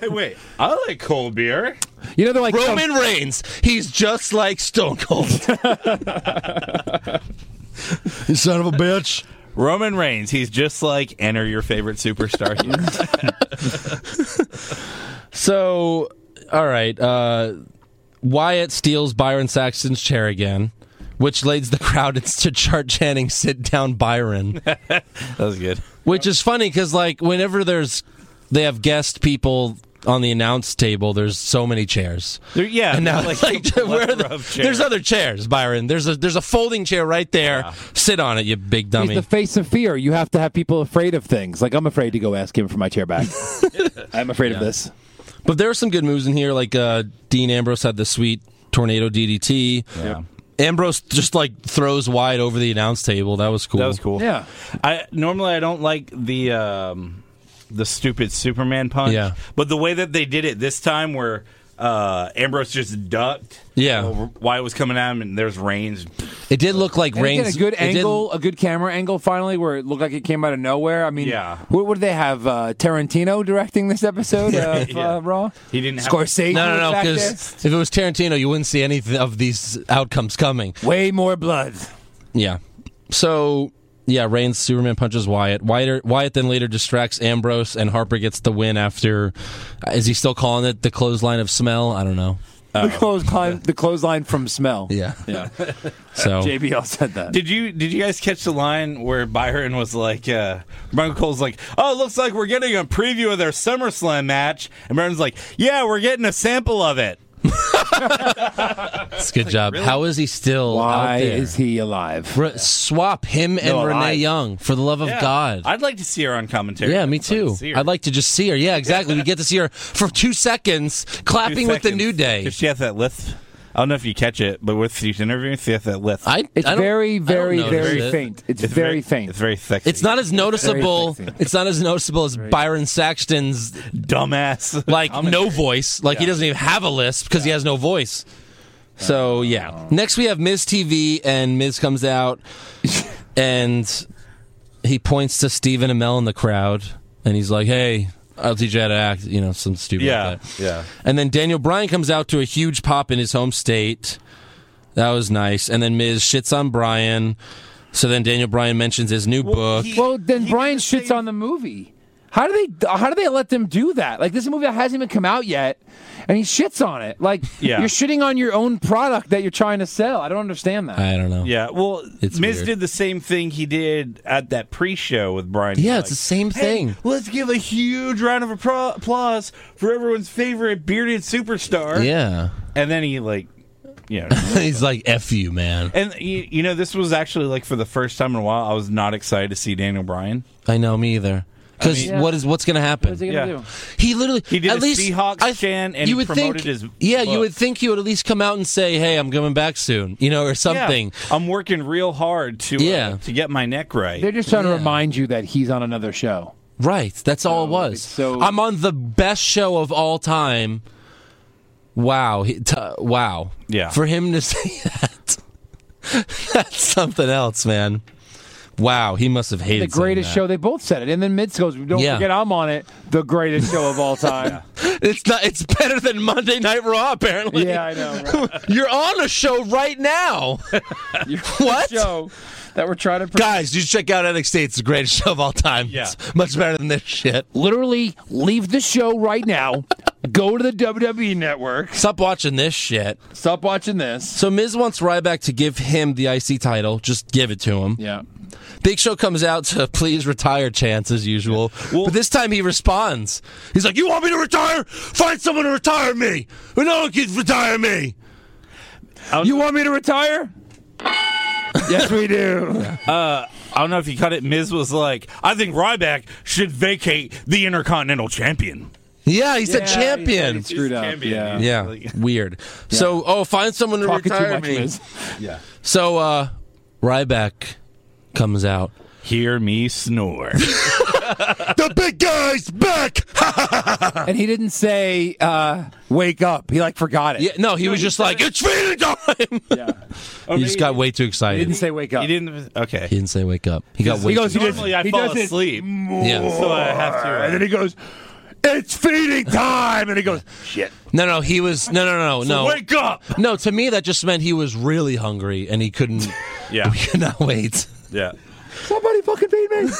Hey, wait, I like cold beer.
you know they're like
Roman Reigns. He's just like Stone Cold. you son of a bitch.
Roman Reigns. He's just like enter your favorite superstar. here.
So, all right. Uh, Wyatt steals Byron Saxton's chair again, which leads the crowd to start chanting, sit down, Byron.
that was good.
which is funny because, like, whenever there's, they have guest people on the announce table, there's so many chairs.
There- yeah,
and now
like,
like, where are the-
plethora of chairs.
there's other chairs, Byron. There's a there's a folding chair right there. Sit on it, you big
He's
dummy.
the face of fear. You have to have people afraid of things. Like I'm afraid to go ask him for my chair back. I'm afraid of this.
but there are some good moves in here. Like uh, Dean Ambrose had the sweet tornado DDT.
Yeah.
Ambrose just like throws wide over the announce table. That was cool.
That was cool.
Yeah.
I normally I don't like the um, the stupid Superman punch.
Yeah.
But the way that they did it this time, where uh, Ambrose just ducked.
Yeah.
over- Why it was coming at him, and there's Reigns.
It did look like
And again,
Reigns.
a good
it did-
angle, a good camera angle. Finally, where it looked like it came out of nowhere. I mean,
Yeah.
What, what do they have? Uh, Tarantino directing this episode of
Yeah.
uh, Raw.
He didn't have-
Scorsese.
No, no,
was
no.
back
Because if it was Tarantino, you wouldn't see any th- of these outcomes coming.
there. way more blood.
Yeah. So yeah, Reigns Superman punches Wyatt. Wyatt Wyatt then later distracts Ambrose, and Harper gets the win after. uh, Is he still calling it the clothesline of smell? I don't know.
Oh.
The clothesline, the clothesline from smell.
Yeah.
yeah.
So
JBL said that.
Did you did you guys catch the line where Byron was like, uh, Michael Cole's like, oh, it looks like we're getting a preview of their SummerSlam match, and Byron's like, yeah, we're getting a sample of it.
it's good job. How is he still
Why
out there?
is he alive?
Re- swap him and
No,
Renee
alive.
Young for the love of
Yeah.
God.
I'd like to see her on commentary.
yeah, me
I'd like to
too.
see her.
I'd like to just see her. Yeah, exactly. we get to see her for two seconds,
Two
clapping with the
seconds.
New Day.
Does she have that lift? I don't know if you catch it, but with she's interviewing, she has that lift.
I,
It's
I don't- I
very,
don't
very,
notice
very
it.
faint. It's, very, faint.
It's very sexy.
It's not as noticeable.
sexy.
It's not as noticeable as Byron Saxton's
dumbass.
like
commentary.
no voice. Like he doesn't even have a list because he has no voice. So
Oh.
yeah. Next we have Miz TV, and Miz comes out, and he points to Stephen Amell in the crowd, and he's like, "Hey, I'll teach you how to act." You know, some stupid.
Yeah,
Like that.
yeah.
And then Daniel Bryan comes out to a huge pop in his home state. That was nice. And then Miz shits on Bryan. So then Daniel Bryan mentions his new book.
he-
Well, then
he
Brian
did the
shits
same-
on the movie. How do they? How do they let them do that? Like this movie that hasn't even come out yet, and he shits on it. Like
Yeah.
you're shitting on your own product that you're trying to sell. I don't understand that.
I don't know.
Yeah, well,
It's
Miz
weird.
did the same thing he did at that pre-show with Brian.
Yeah,
He's
it's the same
"Hey,
thing."
Let's give a huge round of appro- applause for everyone's favorite bearded superstar.
Yeah.
and then he like, you know,
He's like, "F you, man."
and you, you know, this was actually like for the first time in a while, I was not excited to see Daniel Bryan.
I know, me either. Because
mean-
what is what's going to
What's he
happen?
gonna
Yeah.
do?
He literally
He did
at
a
least
Seahawks
I-
chant and
you would
promoted
think,
his
yeah. You
book.
would think he would at least come out and say, "Hey, I'm coming back soon," you know, or something.
Yeah, I'm working real hard to uh,
Yeah.
to get my neck right.
They're just trying
Yeah.
to remind you that he's on another show.
Right. That's all it
So,
was.
it's so-
I'm on the best show of all time. Wow. He, t- wow.
Yeah.
For him to say that, that's something else, man. Wow. He must have hated
The
saying
greatest
that.
show. They both said it, and then Mitz goes, "Don't
Yeah.
forget, I'm on it. The greatest show of all time."
It's not. It's better than Monday Night Raw,
yeah.
apparently.
I know. right?
You're on a show right now. what?
show that we're trying to. Pre-
Guys, you should check out NXT. It's the greatest show of all time.
Yeah.
It's much better than this shit.
Literally, leave the show right now. go to the WWE Network.
Stop watching this shit.
Stop watching this.
So Miz wants Ryback to give him the IC title. Just give it to him.
Yeah.
Big Show comes out to please retire chance as usual.
Well-
but this time he responds. He's like, You want me to retire? Find someone to retire me. But no one can retire me.
You want me to retire? yes, we do.
I don't know if you caught it. Miz was like, I think Ryback should vacate the Intercontinental Champion.
Yeah, he's a
Yeah,
champion.
he's- Screwed up, yeah.
yeah, weird. So, oh, find someone to
Talking too
retire
much,
me.
Miz.
So uh Ryback comes out.
Hear me snore.
The big guy's back.
And he didn't say, uh, wake up. He, like, forgot it.
Yeah, no, he was just like, "It's feeding time." he just got way too excited.
He didn't say wake up.
You didn't. Okay.
He didn't say wake up. He got way.
He goes,
too
he
excited.
does,
Normally I
he
fall
does it
asleep.
more.
Yeah.
So I have to, uh,
and then he goes, it's feeding time. And he goes,
No, no, he was. No, no, no, no.
Wake up!
No, to me that just meant he was really hungry and he couldn't.
Yeah.
he could not wait.
Yeah.
somebody fucking feed me.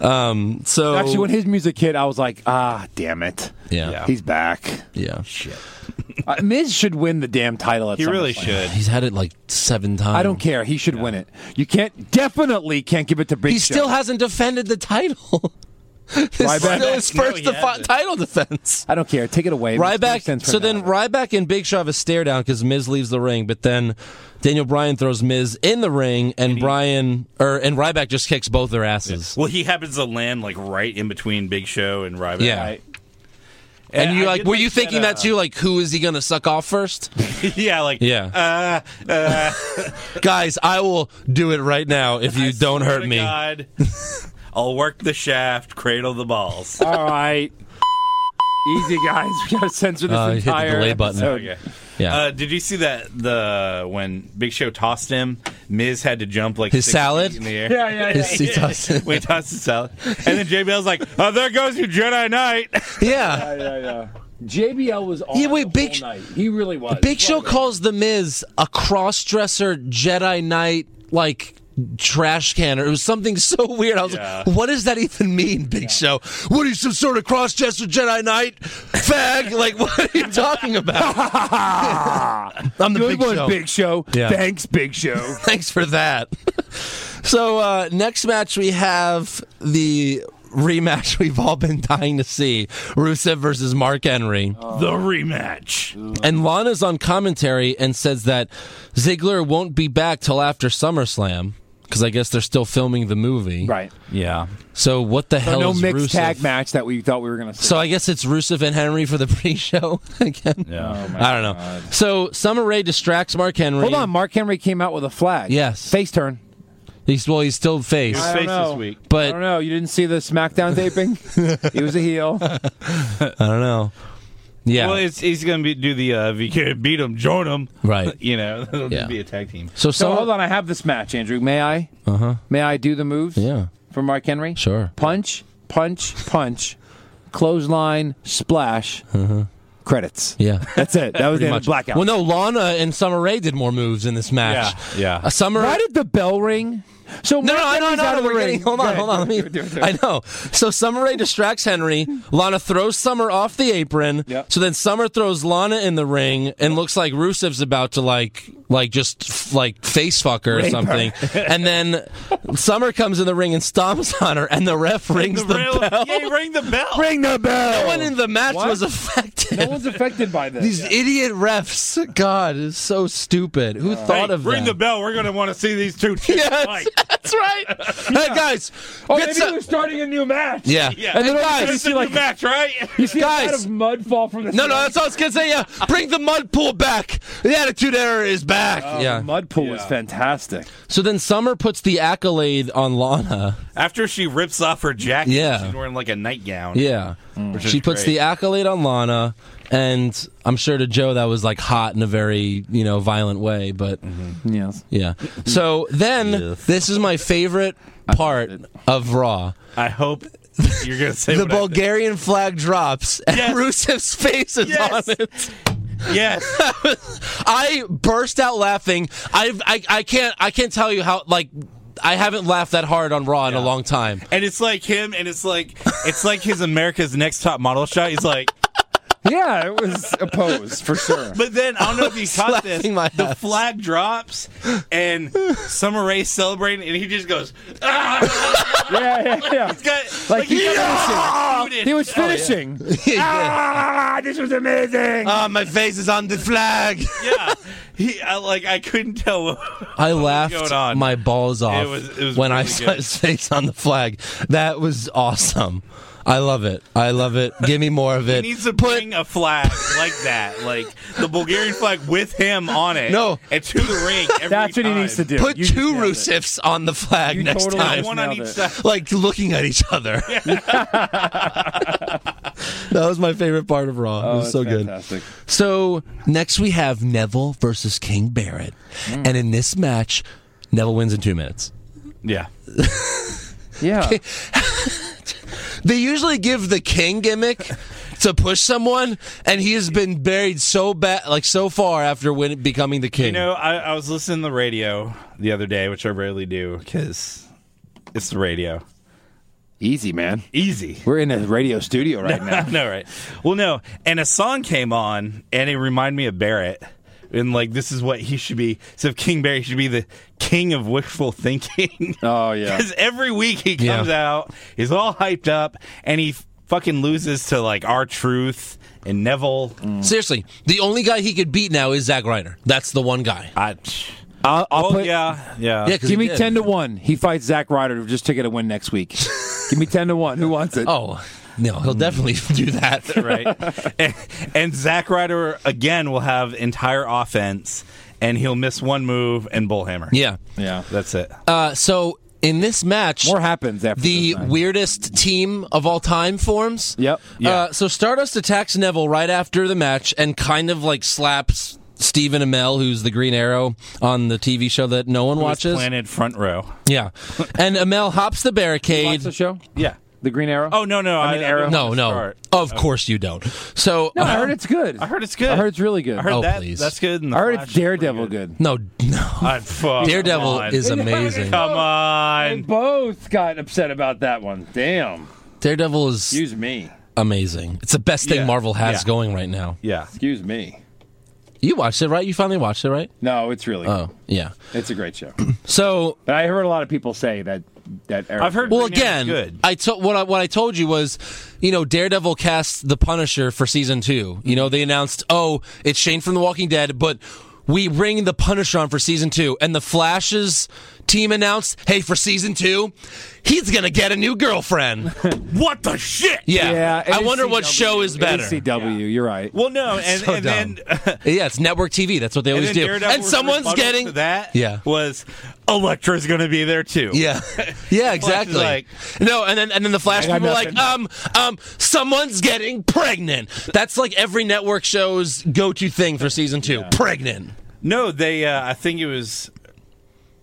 So
Actually, when his music hit, I was like, ah, damn it.
yeah, yeah,
He's back.
Shit.
Uh, Miz should win the damn title at
He
SummerSlam.
really should.
He's had it like seven times.
I don't care. He should win it. You can't, definitely can't give it to Big
He
Show.
still hasn't defended the title. This is
Ryback-
still his
No,
first
he
defi-
hasn't.
title defense.
I don't care. Take it away. It makes no
Ryback.
sense for
So
now.
then Ryback and Big Show have a stare down because Miz leaves the ring, but then Daniel Bryan throws Miz in the ring, and Bryan or and Ryback just kicks both their asses.
Well, he happens to land like right in between Big Show and Ryback.
Yeah.
Right.
And, you
I
like,
did
were
like
you
that,
thinking that
uh,
too? Like, who is he gonna suck off first?
yeah, like
Yeah.
Uh, uh,
Guys, I will do it right now if you don't hurt
swear to
me.
God, I'll work the shaft, cradle the balls.
All right. Easy, guys. We gotta censor this
Uh, hit the
entire
delay button.
episode.
Okay.
Yeah.
Uh, did you see that the when Big Show tossed him, Miz had to jump like
His
six
salad?
feet in the air.
Yeah, yeah, yeah.
His seat toss.
we tossed the salad, and then JBL's like, "Oh, there goes your Jedi Knight."
yeah.
yeah, yeah. JBL was on
Yeah, wait,
the
Big
whole
Sh-
night. He really was.
Big Show
Love it.
calls the Miz a cross-dresser Jedi Knight like trash can or it was something so weird. I was
Yeah.
like, what does that even mean, Big Show? What are you some sort of cross-dresser Jedi Knight fag? like what are you talking about? I'm the
Good
Big
one,
Show.
Big Show.
Yeah.
Thanks, Big Show.
Thanks for that. so uh, next match we have the rematch we've all been dying to see: Rusev versus Mark Henry.
the rematch.
And Lana's on commentary and says that Ziggler won't be back till after SummerSlam because I guess they're still filming the movie.
right.
Yeah.
So what the
So
hell
no
is
mixed
Rusev?
tag match that we thought we were gonna see.
So I guess it's Rusev and Henry for the pre-show again.
Yeah.
I don't know. So Summer Rae distracts Mark Henry.
Oh Hold on, Mark Henry came out with a flag.
Yes.
Face turn.
He's well, he's still face,
I don't
Face
know.
this week.
I don't
but
know. You didn't see the SmackDown taping? he was a heel.
I don't know. Yeah.
Well, it's, he's gonna be, do the uh, if you can't beat him, join him.
Right.
You know, it'll
Yeah.
be a tag team.
so
So
Summer-
hold on, I have this match, Andrew. May I? Uh huh. May I do the moves?
Uh-huh. Yeah.
For Mark Henry?
Sure.
Punch, punch, punch, clothesline, splash,
Uh-huh.
credits.
Yeah.
That's it. That was the
Pretty
end
much.
of blackout.
Well, no, Lana and Summer Rae did more moves in this match.
Yeah, yeah.
Uh, Summer.
Why did the bell ring? So
No,
Mark
no, I know, I
Henry's
know.
out
I know,
of the
we're
ring.
getting- hold on, hold on. Let me, I know. So Summer Rae distracts Henry. Lana throws Summer off the apron.
Yep.
So then Summer throws Lana in the ring and looks like Rusev's about to like, like just f- like face fuck her or something. and then Summer comes in the ring and stomps on her, and the ref rings the,
real-
bell.
Yeah, ring the bell.
Ring the bell.
No one in the match
What?
was affected.
No one's affected by this.
These idiot refs. God, it's so stupid. Who thought
Hey,
of
ring
that?
the bell. We're gonna want to see these two chicks
Yes,
fight.
that's right. Hey guys,
oh,
get
maybe
some-
we're starting a new match.
yeah.
Yeah.
And
And
guys-
guys,
It's a new
like-
match, right?
You see a lot
Guys.
of mud fall from the
no, no,
ceiling?
that's all I was gonna say. Yeah, bring the mud pool back. The Attitude Era is back.
Oh,
yeah.
The Oh, mud pool was fantastic.
So then Summer puts the accolade on Lana.
After she rips off her jacket,
Yeah.
she's wearing like a nightgown.
Yeah,
Mm. Which
she
is
puts
great.
the accolade on Lana, and I'm sure to Joe that was like hot in a very you know violent way, but.
Mm-hmm.
Yes.
Yeah. So then, this is my favorite part of Raw.
I hope you're gonna say
The
what I think.
Bulgarian flag drops, and
Yes.
Rusev's face is
Yes.
on it.
Yes.
I burst out laughing. I've, I I can't I can't tell you how like I haven't laughed that hard on Raw in a long time.
And it's like him, and it's like it's like his America's Next Top Model shot. He's like,
Yeah, it was a pose for sure.
but then I don't know if you caught this.
laughing my
The
ass.
flag drops, and Summer Rae celebrating, and he just goes, ah!
yeah, yeah, yeah.
Got-
Like he's
yeah!
finishing. He was finishing. Ah, this was amazing.
Ah, my face is on the flag.
yeah. He, I, like I couldn't tell.
I laughed
going on?
my balls off
was- it was
when I
really
saw
good.
his face on the flag. That was awesome. I love it. I love it. Give me more of
He
it.
needs to bring a flag like that, like the Bulgarian flag with him on it.
No.
and to the ring. Every
That's what he
time.
needs to do.
Put
You just
two
nailed it.
Rusevs on the flag
You
next
totally
time.
just
One on
nailed
each
it.
side.
like looking at each other. that was my favorite part of Raw. it was
that's
so
fantastic.
good. So next we have Neville versus King Barrett,
Mm.
and in this match, Neville wins in two minutes.
Yeah,
Yeah.
They usually give the King gimmick to push someone, and he has been buried so bad, like so far after win- becoming the King.
you know, I, I was listening to the radio the other day, which I rarely do because it's the radio.
Easy, man.
Easy.
We're in a radio studio right now.
no, right. Well, no. And a song came on, and it reminded me of Barrett. and like this is what he should be. So if King Barry should be the king of wishful thinking.
Oh yeah.
Because every week he comes out, he's all hyped up, and he fucking loses to like our truth and Neville.
Mm. Seriously, the only guy he could beat now is Zack Ryder. That's the one guy.
I,
I'll, I'll
oh
put.
yeah, yeah.
Yeah, 'cause
Uh, Give
he
me
did.
ten to one. He fights Zack Ryder just to get a win next week. Give me ten to one. Who wants it?
Oh no, he'll definitely do that.
right. and, and Zack Ryder again will have entire offense, and he'll miss one move and bullhammer.
Yeah.
yeah.
that's it.
Uh, so in this match,
More happens after
the
this night.
weirdest team of all time forms.
Yep.
Yeah.
Uh, so Stardust attacks Neville right after the match and kind of like slaps Stephen Amell, who's the Green Arrow on the TV show that no one watches.
planted front row.
Yeah, and Amell hops the barricade.
Watch the show.
Yeah.
The Green Arrow.
Oh no no
I mean,
I,
Arrow.
I
No,
wanna
no,
start.
of course you don't. So
No, I heard it's good.
I heard it's good.
I heard it's really good.
I heard
Oh,
that.
please.
That's good. and the
I heard
Flash
it's
is pretty
Daredevil good.
no, no,
God, fuck,
Daredevil
Oh, come on.
is amazing.
Come
They
on.
both got upset about that one. Damn.
Daredevil is
Excuse me.
amazing. It's the best thing
Yeah,
Marvel has
yeah.
going right now.
Yeah.
Excuse me.
You watched it, right? You finally watched it, right?
No, it's really
Oh, yeah.
good. It's a great show.
So
But I heard a lot of people say that that Arrow.
I've heard-
Well,
Green Arrow's
again,
good.
I to- what I, what I told you was, you know, Daredevil cast the Punisher for season two. You know, they announced, oh, it's Shane from The Walking Dead, but we bring the Punisher on for season two, and the Flash's team announced, hey, for season two, he's gonna get a new girlfriend.
What the shit?
Yeah,
Yeah,
I wonder what
NCW.
show is better.
CW. You're right.
Well, no, and,
so
and
dumb.
then and
Yeah, it's network TV. That's what they always
then
do.
Daredevil
and someone's getting
that.
Yeah.
was Electra's going to be there too.
Yeah, yeah,
Flash is
exactly.
like-
no, and then and then the Flash
I got
people are like,
nothing.
um, um, someone's getting pregnant. That's like every network show's go-to thing for season two: pregnant.
No, they. Uh, I think it was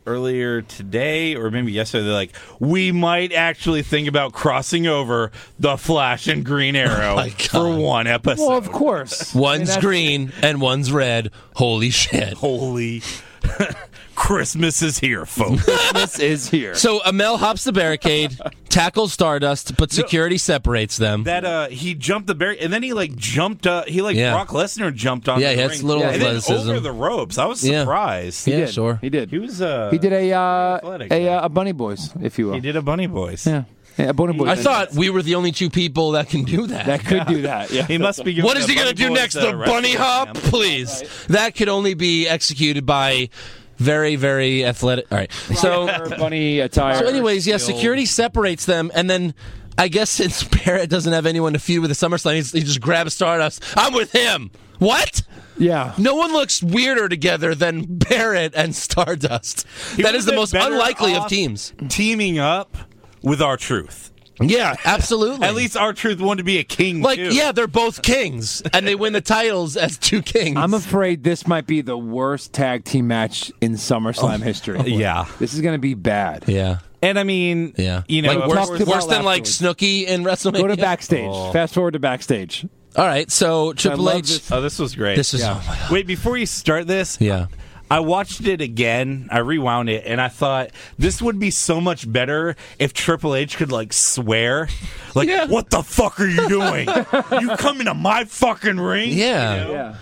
earlier today or maybe yesterday. They're like, we might actually think about crossing over the Flash and Green Arrow
Oh my God.
for one episode.
Well, of course.
One's green and one's red. Holy shit!
Holy. Christmas is here, folks.
this is here.
So Amel hops the barricade, tackles Stardust, but security separates them.
that uh, he jumped the barrier, and then he like jumped up. He like
Yeah.
Brock Lesnar jumped on.
Yeah,
the
he had
ring,
a little
and then
athleticism.
over the ropes. I was
Yeah.
surprised.
yeah, sure.
He did.
He was. Uh,
He did a uh,
athletic,
a
yeah.
uh, a bunny boys, if you will.
He did a bunny voice.
Yeah. yeah a bunny boys.
I thought we were the only two people that can do that.
that could do that. Yeah.
He must be.
What is he going to do next? The bunny hop, please. That could only be executed by very, very athletic. All right. So,
bunny attire.
so anyways, yeah, security separates them, and then I guess since Barrett doesn't have anyone to feud with at SummerSlam, he's, he just grabs Stardust. I'm with him. What?
Yeah.
No one looks weirder together than Barrett and Stardust. that is the most unlikely of teams.
Teaming up with our truth.
Yeah, absolutely.
At least our truth wanted to be a king.
like,
too.
yeah, they're both kings, and they win the titles as two kings.
I'm afraid this might be the worst tag team match in SummerSlam
Oh.
history.
yeah.
This is going to be bad.
yeah.
And I mean,
Yeah.
you know,
like
of
worse,
course-
to
worse
Raul
than like
afterwards.
Snooki in WrestleMania.
Go to backstage. Fast forward to backstage.
All right, so Triple
love
H. This,
this-
oh, this was great.
is
yeah.
oh my god.
Wait, before you start this,
Yeah.
I watched it again. I rewound it, and I thought this would be so much better if Triple H could like swear, like,
Yeah.
"What the fuck are you doing? you come into my fucking ring?"
Yeah.
Yeah.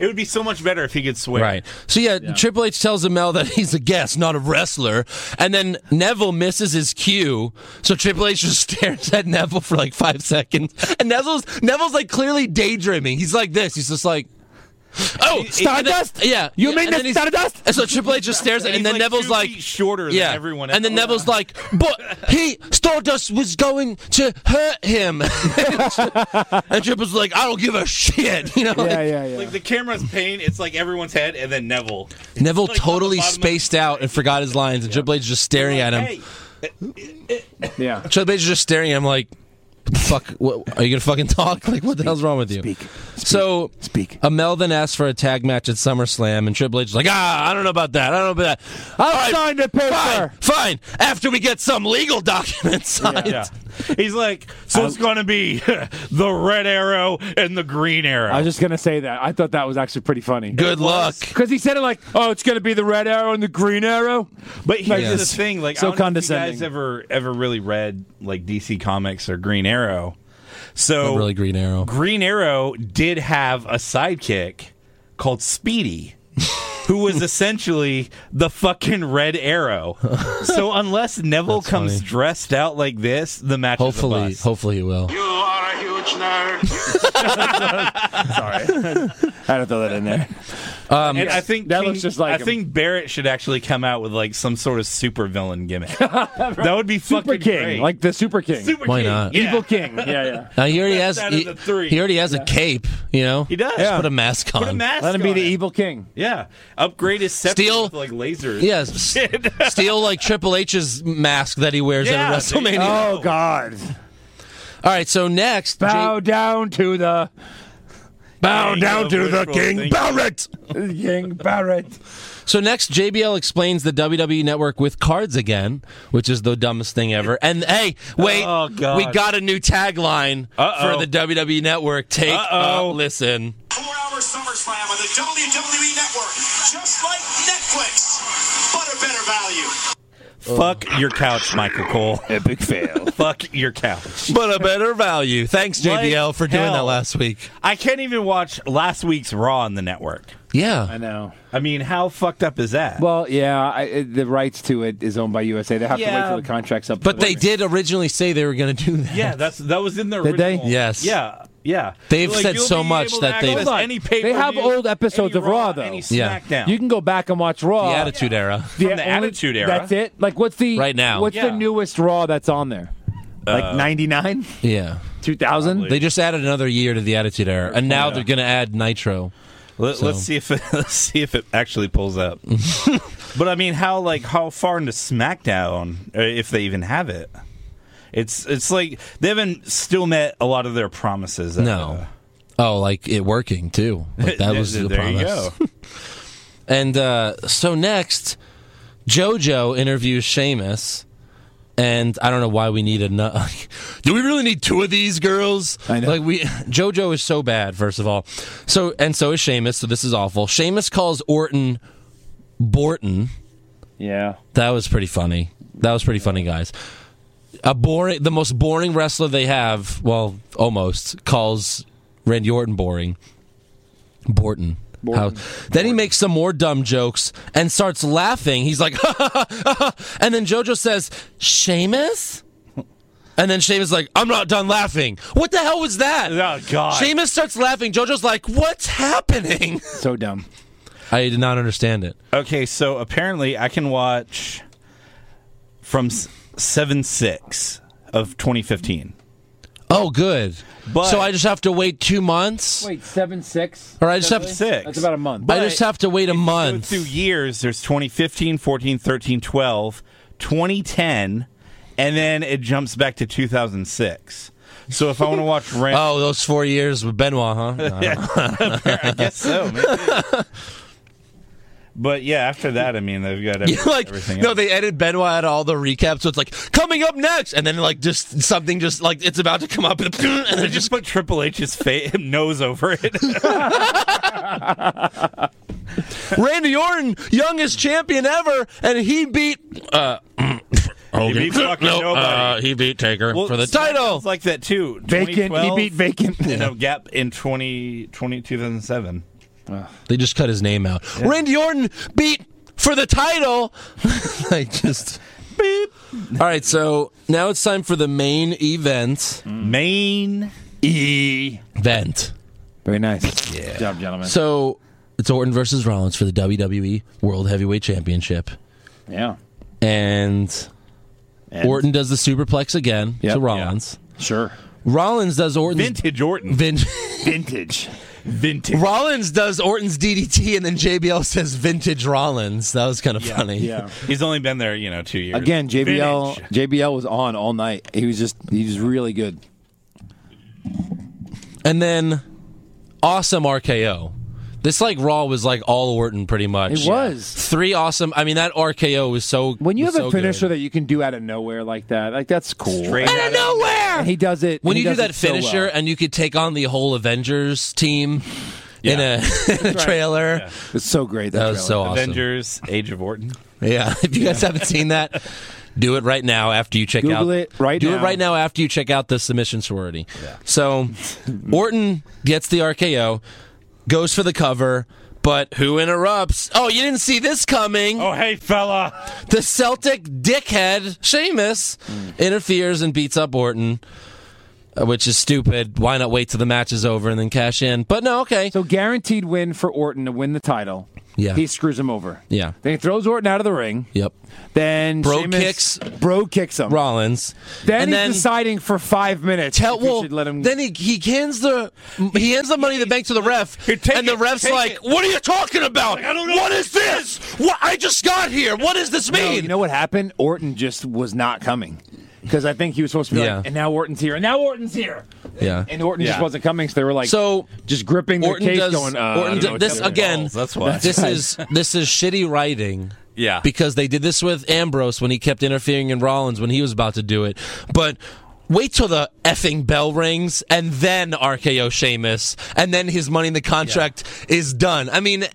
It would be so much better if he could swear.
Right. So yeah, Triple H tells Amel that he's a guest, not a wrestler, and then Neville misses his cue. So Triple H just stares at Neville for like five seconds, and Neville's Neville's like clearly daydreaming. He's like this. He's just like. Oh,
Stardust?
yeah,
You
yeah,
mean
and then
the
he's-
Stardust?
And so Triple H just stares, at,
And,
and then
like,
Neville's
two
like,
feet shorter than everyone else.
And then Neville's like, but he, Stardust was going to hurt him. and Triple's like, I don't give a shit. You know, like,
Yeah, yeah, yeah.
Like the camera's paying, it's like everyone's head, and then Neville.
Neville
Like, on the
totally
bottom of-
spaced out and forgot his lines, and Triple H is just staring at him.
Hey,
yeah.
Triple H is just staring at him like, fuck, what, are you going to fucking talk? Like, what the hell's wrong with you?
Speak.
So,
Speak.
Amel then asks for a tag match at SummerSlam, and Triple H is like, ah, I don't know about that. I don't know about that.
I'll
All right,
sign the paper.
Fine, fine. After we get some legal documents signed.
yeah. He's like, so it's gonna be the red arrow and the green arrow.
I was just going to say that. I thought that was actually pretty funny.
Good luck.
Because he said it like, oh, it's going to be the red arrow and the green arrow.
But here's
Yes.
the thing, like
So
I don't know if you
condescending.
guys ever ever really read like DC Comics or Green
Not
Arrow? So
really Green Arrow.
Green Arrow did have a sidekick called Speedy. who was essentially the fucking red arrow. So unless Neville
That's
comes
funny.
dressed out like this, the match is a
Hopefully,
bust.
hopefully he will.
You are a huge nerd.
I had to throw that in there.
And I think
That
King-
looks just like
I
him.
think Barrett should actually come out with like some sort of super villain gimmick. That would be
Super
fucking
King,
great.
like the Super King,
super
Why
King.
not?
Yeah.
Evil King. Yeah, yeah.
Now, he already has
Best out of
he,
the three.
he already has a cape, you know.
He does.
Just put a mask on.
Put a mask
Let him be
on
the
it.
Evil King.
Yeah, upgrade his scepter
Steel-
with like lasers.
Yeah, s- steal like Triple H's mask that he wears
Yeah,
at
there you
WrestleMania.
go.
Oh God!
All right, so next,
Bow
Jake,
down to the
bow down to the king.
King Barrett.
so next JBL explains the WWE Network with cards again, which is the dumbest thing ever. And hey, wait,
Oh, God.
we got a new tagline
Uh-oh.
for the WWE Network. Take
Uh-oh.
a listen.
Four hour SummerSlam on the WWE Network, just like Netflix, but a better value.
Fuck your couch, Michael Cole.
Epic fail.
Fuck your couch.
But a better value. Thanks JBL for doing
hell.
that last week.
I can't even watch last week's Raw on the network.
I
Yeah.
know.
I mean, how fucked up is that?
Well, yeah, I, it- the rights to it is owned by USA. They have to
Yeah.
wait till the contracts up.
But they did originally say they were going to do that.
yeah, that's that was in the
Did they?
original.
Yes.
Yeah. Yeah.
They've said
you'll
so
be
much
able to
that they've-
access
Hold
on.
any
They have
pay-per-view,
old episodes
any
of Raw, though.
any
Yeah.
SmackDown.
You can go back and watch Raw.
The Attitude Era.
From the Attitude Era.
That's it. Like, what's the
Right now.
What's
Yeah.
the newest Raw that's on there?
Uh,
Like ninety nine,
Yeah.
two thousand.
They just added another year to the Attitude Era, and now they're going to add Nitro.
Let, Let's
So-
see if it, let's see if it actually pulls up. but I mean, how like how far into SmackDown, uh, if they even have it? It's it's like they haven't still met a lot of their promises. Uh, that,
No. Oh, like it working too. Like that was
There-
the
there
promise.
you go.
And uh, so next, JoJo interviews Seamus. And I don't know why we need another. Do we really need two of these girls?
I know.
Like we, JoJo is so bad. First of all, so and so is Seamus. So this is awful. Seamus calls Orton Borton.
Yeah.
That was pretty funny. That was pretty funny, guys. A boring, the most boring wrestler they have. Well, almost calls Randy Orton boring. Borton. How- then he makes some more dumb jokes and starts laughing. He's like, and then JoJo says, "Seamus," and then Seamus is like, "I'm not done laughing." What the hell was that?
Oh, God.
Seamus starts laughing. JoJo's like, "What's happening?"
So dumb.
I did not understand it.
Okay, so apparently I can watch from seven six of 2015.
Oh, good.
But-
so I just have to wait two months.
Wait, seven six.
Or I just have
Six.
That's about a month.
I just have to wait a
So
month.
through years, there's 2015, 14, 13, 12, 2010, and then it jumps back to 2006. So if I want to watch Ram,
Oh, those four years with Benoit, huh? No.
I guess so. maybe. but yeah, after that, I mean, they've got every,
Yeah, like
everything.
no,
else.
they edited Benoit out of all the recaps, so it's like coming up next, and then like just something just like it's about to come up, and, and
They
they
just
just
put Triple H's fa- nose over it.
Randy Orton, youngest champion ever, and he beat uh, Hogan.
beat fucking
no, uh,
nobody.
he beat Taker for the title.
It's like that too.
vacant. He
2012,
beat vacant.
You know, gap in 20, 20 2007.
They just cut his name out. Randy Orton beat for the title. like just beep. All right, so now it's time for the main event.
Main.
E.
Vent.
Very nice. Yeah. Good job, gentlemen.
So it's Orton versus Rollins for the WWE World Heavyweight Championship,
yeah.
and,
And-
Orton does the superplex again
Yep.
to Rollins.
Sure.
Rollins does Orton's
Vintage Orton.
Vin-
Vintage.
Vintage.
Rollins does Orton's DDT, and then JBL says vintage Rollins. That was kind of funny.
Yeah.
He's only been there, you know, two years.
Again, JBL
Vintage.
JBL was on all night. He was just he was really good.
and then awesome RKO. This like Raw was like all Orton pretty much.
It was.
three awesome. I mean that RKO was so
When you have
was
a
so
finisher
good.
that you can do out of nowhere like that, like that's cool.
Straight
out of nowhere.
And he does it
when
and he
you do
does
that
it so
finisher
well.
and you could take on the whole Avengers team in a, in a trailer.
It's so great. That,
That was so
trailer.
awesome.
Avengers, Age of Orton.
Yeah, if you guys haven't seen that, do it right now after you check out.
Google it right
do it
now.
right now after you check out the submission sorority. So Orton gets the RKO, goes for the cover, But who interrupts? Oh, you didn't see this coming.
Oh, hey, fella.
The Celtic dickhead Sheamus
Mm.
interferes and beats up Orton, uh, which is stupid. Why not wait till the match is over and then cash in? But no, okay.
So guaranteed win for Orton to win the title.
Yeah.
He screws him over.
Yeah.
Then he throws Orton out of the ring.
Yep.
Then
Bro
Sheamus-
kicks-
Bro kicks him.
Rollins.
Then
and
he's
then
deciding for five minutes.
tell
if he
well,
should let him.
then he he hands the he hands the money in the bank to the ref,
Here, take
and the
it,
ref's
take
like,
it.
"What are you talking about?
I don't know
What is this? What I just got here? What does this mean?"
No, you know what happened? Orton just was not coming because I think he was supposed to be
Yeah.
like, and now Orton's here, and now Orton's here,
yeah.
and Orton just
Yeah.
wasn't coming. So they were like,
So
just gripping their
Orton
case,
does.
going, uh, I
Orton
don't
does
know,
this
tell me.
again.
balls, that's why.
This is this is shitty writing.
Yeah.
Because they did this with Ambrose when he kept interfering in Rollins when he was about to do it, but. Wait till the effing bell rings and then RKO Sheamus and then his money in the contract is done. I mean,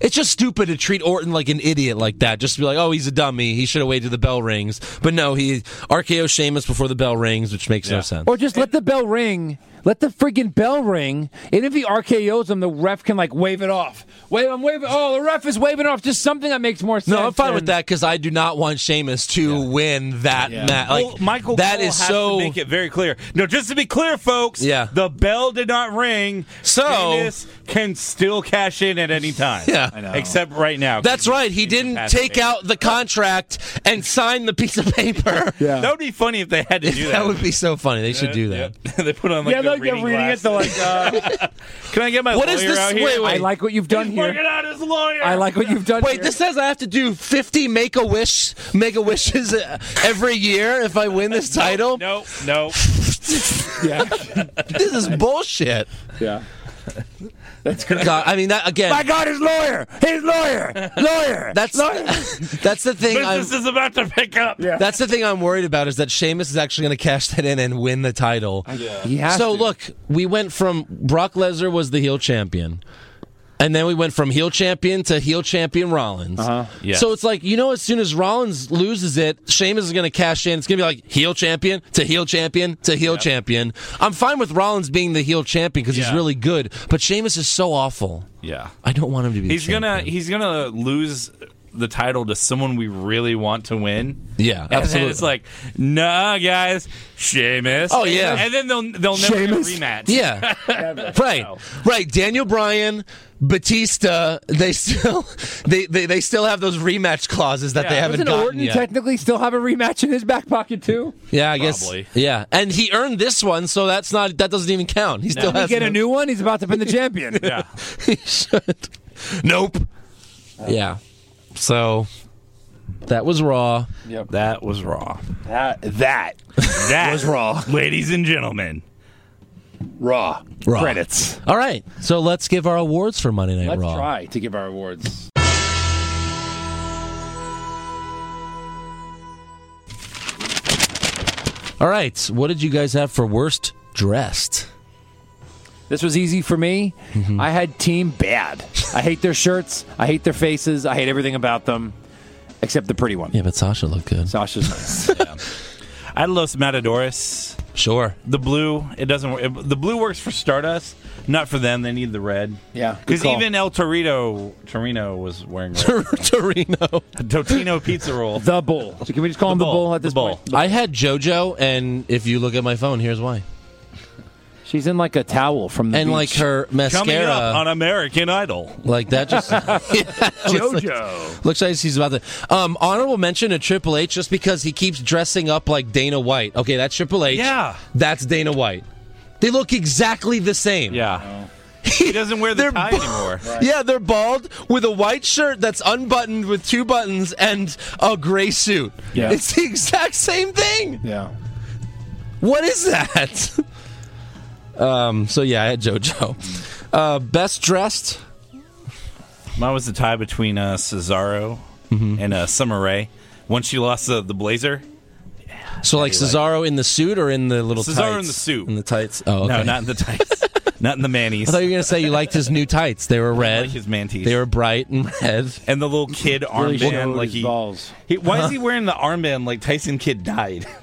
it's just stupid to treat Orton like an idiot like that. Just to be like, oh, he's a dummy. He should have waited till the bell rings. But no, he RKO Sheamus before the bell rings, which makes no
Yeah.
sense.
Or just let the bell ring. Let the freaking bell ring. And if he RKO's him, the ref can like wave it off. Wave, I'm waving. Oh, the ref is waving off. Just something that makes more sense.
No, I'm fine
than-
with that because I do not want Sheamus to win that
Yeah.
match. Like
Well, Michael
that
Cole
is
has
so.
to make it very clear. No, just to be clear, folks.
Yeah.
the bell did not ring.
So-
Sheamus can still cash in at any time.
Yeah. I
know.
except right now.
That's right. He
He's
didn't
incapacitated.
take out the contract and sign the piece of paper.
Yeah.
That would be funny if they had to do that.
That would be so funny. They should do that.
Yeah. they put on like
yeah,
the
look,
reading,
I'm reading it.
glasses.
They're like, uh,
Can I get my
What
lawyer
is this-
out here?
wait, wait.
I like what you've done
He's
here.
working out his lawyer.
I like what you've done.
Wait,
here.
this says I have to do 50 make a wish, make a wishes uh, every year if I win this title.
No, no.
Yeah,
This is bullshit.
yeah.
God, I mean that again.
God, his lawyer, his lawyer, lawyer.
That's that's the thing. I'm,
Business is about to pick up.
Yeah.
that's the thing I'm worried about is that Sheamus is actually going to cash that in and win the title.
He has
So
to.
look, we went from Brock Lesnar was the heel champion, and then we went from heel champion to heel champion Rollins.
Uh-huh. Yes.
So it's like you know, as soon as Rollins loses it, Sheamus is going to cash in. It's going to be like heel champion to heel champion to heel champion. I'm fine with Rollins being the heel champion because he's
Yeah.
really good, but Sheamus is so awful.
Yeah.
I don't want him to be. the
He's gonna
champion.
he's gonna lose the title to someone we really want to win.
yeah,
And
absolutely.
then it's like, nah, guys, Sheamus.
Oh, yeah.
and then they'll they'll never
Sheamus?
get a rematch.
Yeah. right. Right. Daniel Bryan, Batista, they still they, they, they still have those rematch clauses that
Yeah.
they haven't
Doesn't
gotten
Orton
yet.
technically still have a rematch in his back pocket too?
yeah, I guess.
Probably.
Yeah. And he earned this one, so that's not that doesn't even count. He still
Did he
has
get a new one? He's about to pin the champion.
Yeah.
he should. Nope.
Oh.
Yeah. So that was raw.
That was raw.
That, that
That
was raw.
ladies and gentlemen.
Raw.
Raw.
Credits.
All right. So let's give our awards for Monday Night
Let's
Raw.
try to give our awards.
All right. What did you guys have for worst dressed?
This was easy for me.
Mm-hmm.
I had team bad. I hate their shirts. I hate their faces. I hate everything about them, except the pretty one.
Yeah, but Sasha looked good.
Sasha's nice.
I Los Matadores.
Sure.
The blue, it doesn't work. it- The blue works for Stardust, not for them. They need the red.
Yeah, good
Because
call.
even El Torito, Torino was wearing red.
Torino.
Totino pizza roll.
the bull. So can we just call him the bull, at this
the bull.
point?
I had JoJo, and if you look at my phone, here's why.
She's in like a towel from the
And
beach.
like her
Coming
mascara,
up on American Idol.
like that just
JoJo.
looks like she's about to. Um, honorable mention to Triple H just because he keeps dressing up like Dana White. Okay, that's Triple H.
Yeah.
that's Dana White. They look exactly the same.
Yeah. He doesn't wear the
They're
tie
both-
anymore.
Yeah, they're bald with a white shirt that's unbuttoned with two buttons and a gray suit.
Yeah.
It's the exact same thing.
Yeah.
What is that? um, so yeah, I had JoJo. Uh, best dressed.
Mine was the tie between uh, Cesaro
Mm-hmm.
and uh, Summer Rae. Once she lost uh, the blazer,
So like Cesaro in the suit or in the little tights?
Cesaro in the suit.
In the tights. Oh, okay.
no, not in the tights, not in the
I
manties,
thought you were gonna say you liked his new tights. They were red.
like his manties,
they were bright and red.
and the little kid
Really
armband.
showed
like
his
he,
balls.
he- why is he wearing the armband like Tyson Kidd died?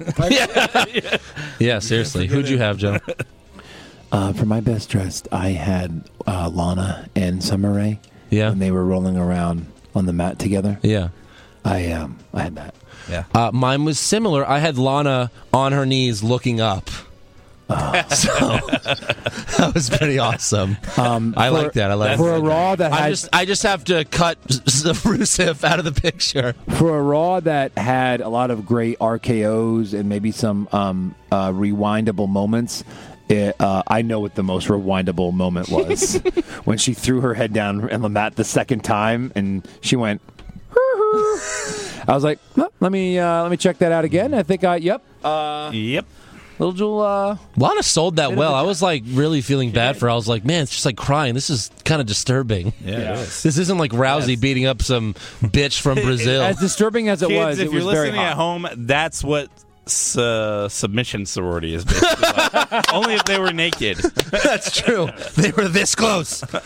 Yeah, seriously. Who'd you have, Joe?
Uh, for my best dressed, I had uh, Lana and Summer Rae.
Yeah.
when they were rolling around on the mat together.
Yeah.
I um I had that.
Yeah.
Uh, mine was similar. I had Lana on her knees looking up.
Ah.
So that was pretty awesome. I like that. I like
Um, for a
that.
raw that
I
had
just I just have to cut the Rusev out of the picture.
for a Raw that had a lot of great RKO's and maybe some um, uh, rewindable moments. It, uh, I know what the most rewindable moment was when she threw her head down on the mat the second time, and she went. I was like, "Huh, let me uh, let me check that out again. I think I yep,
Yep.
little Jewel. Uh,
Lana sold that well. I was like really feeling bad for. her. I was like, man, it's just like crying. This is kind of disturbing.
Yeah. It is.
This isn't like Rousey beating up some bitch from Brazil.
as disturbing as it
Kids,
was,
if
it
you're
was very
listening
hot.
at home, that's what su- submission sorority is. Basically like. Only if they were naked.
That's true. They were this close. All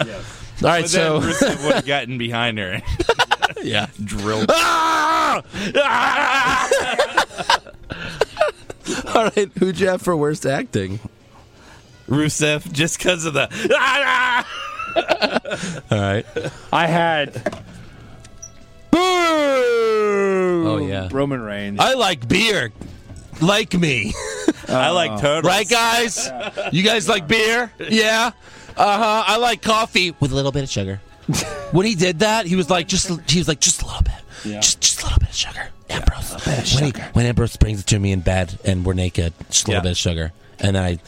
right,
But
so
then Rusev would have gotten behind her.
yeah.
Drilled.
Ah! All right, who'd you have for worst acting?
Rusev just because of the. ah!
All right.
I had. Oh
yeah.
Roman Reigns.
I like beer. Like me.
I like turtles.
Right, guys? You guys like beer? Yeah. Uh huh. I like coffee with a little bit of sugar. When he did that, he was like, just he was like, just a little bit, just just a little bit of sugar. Ambrose, when, he- when Ambrose brings it to me in bed and we're naked, just a little
Yeah.
bit of sugar, and then I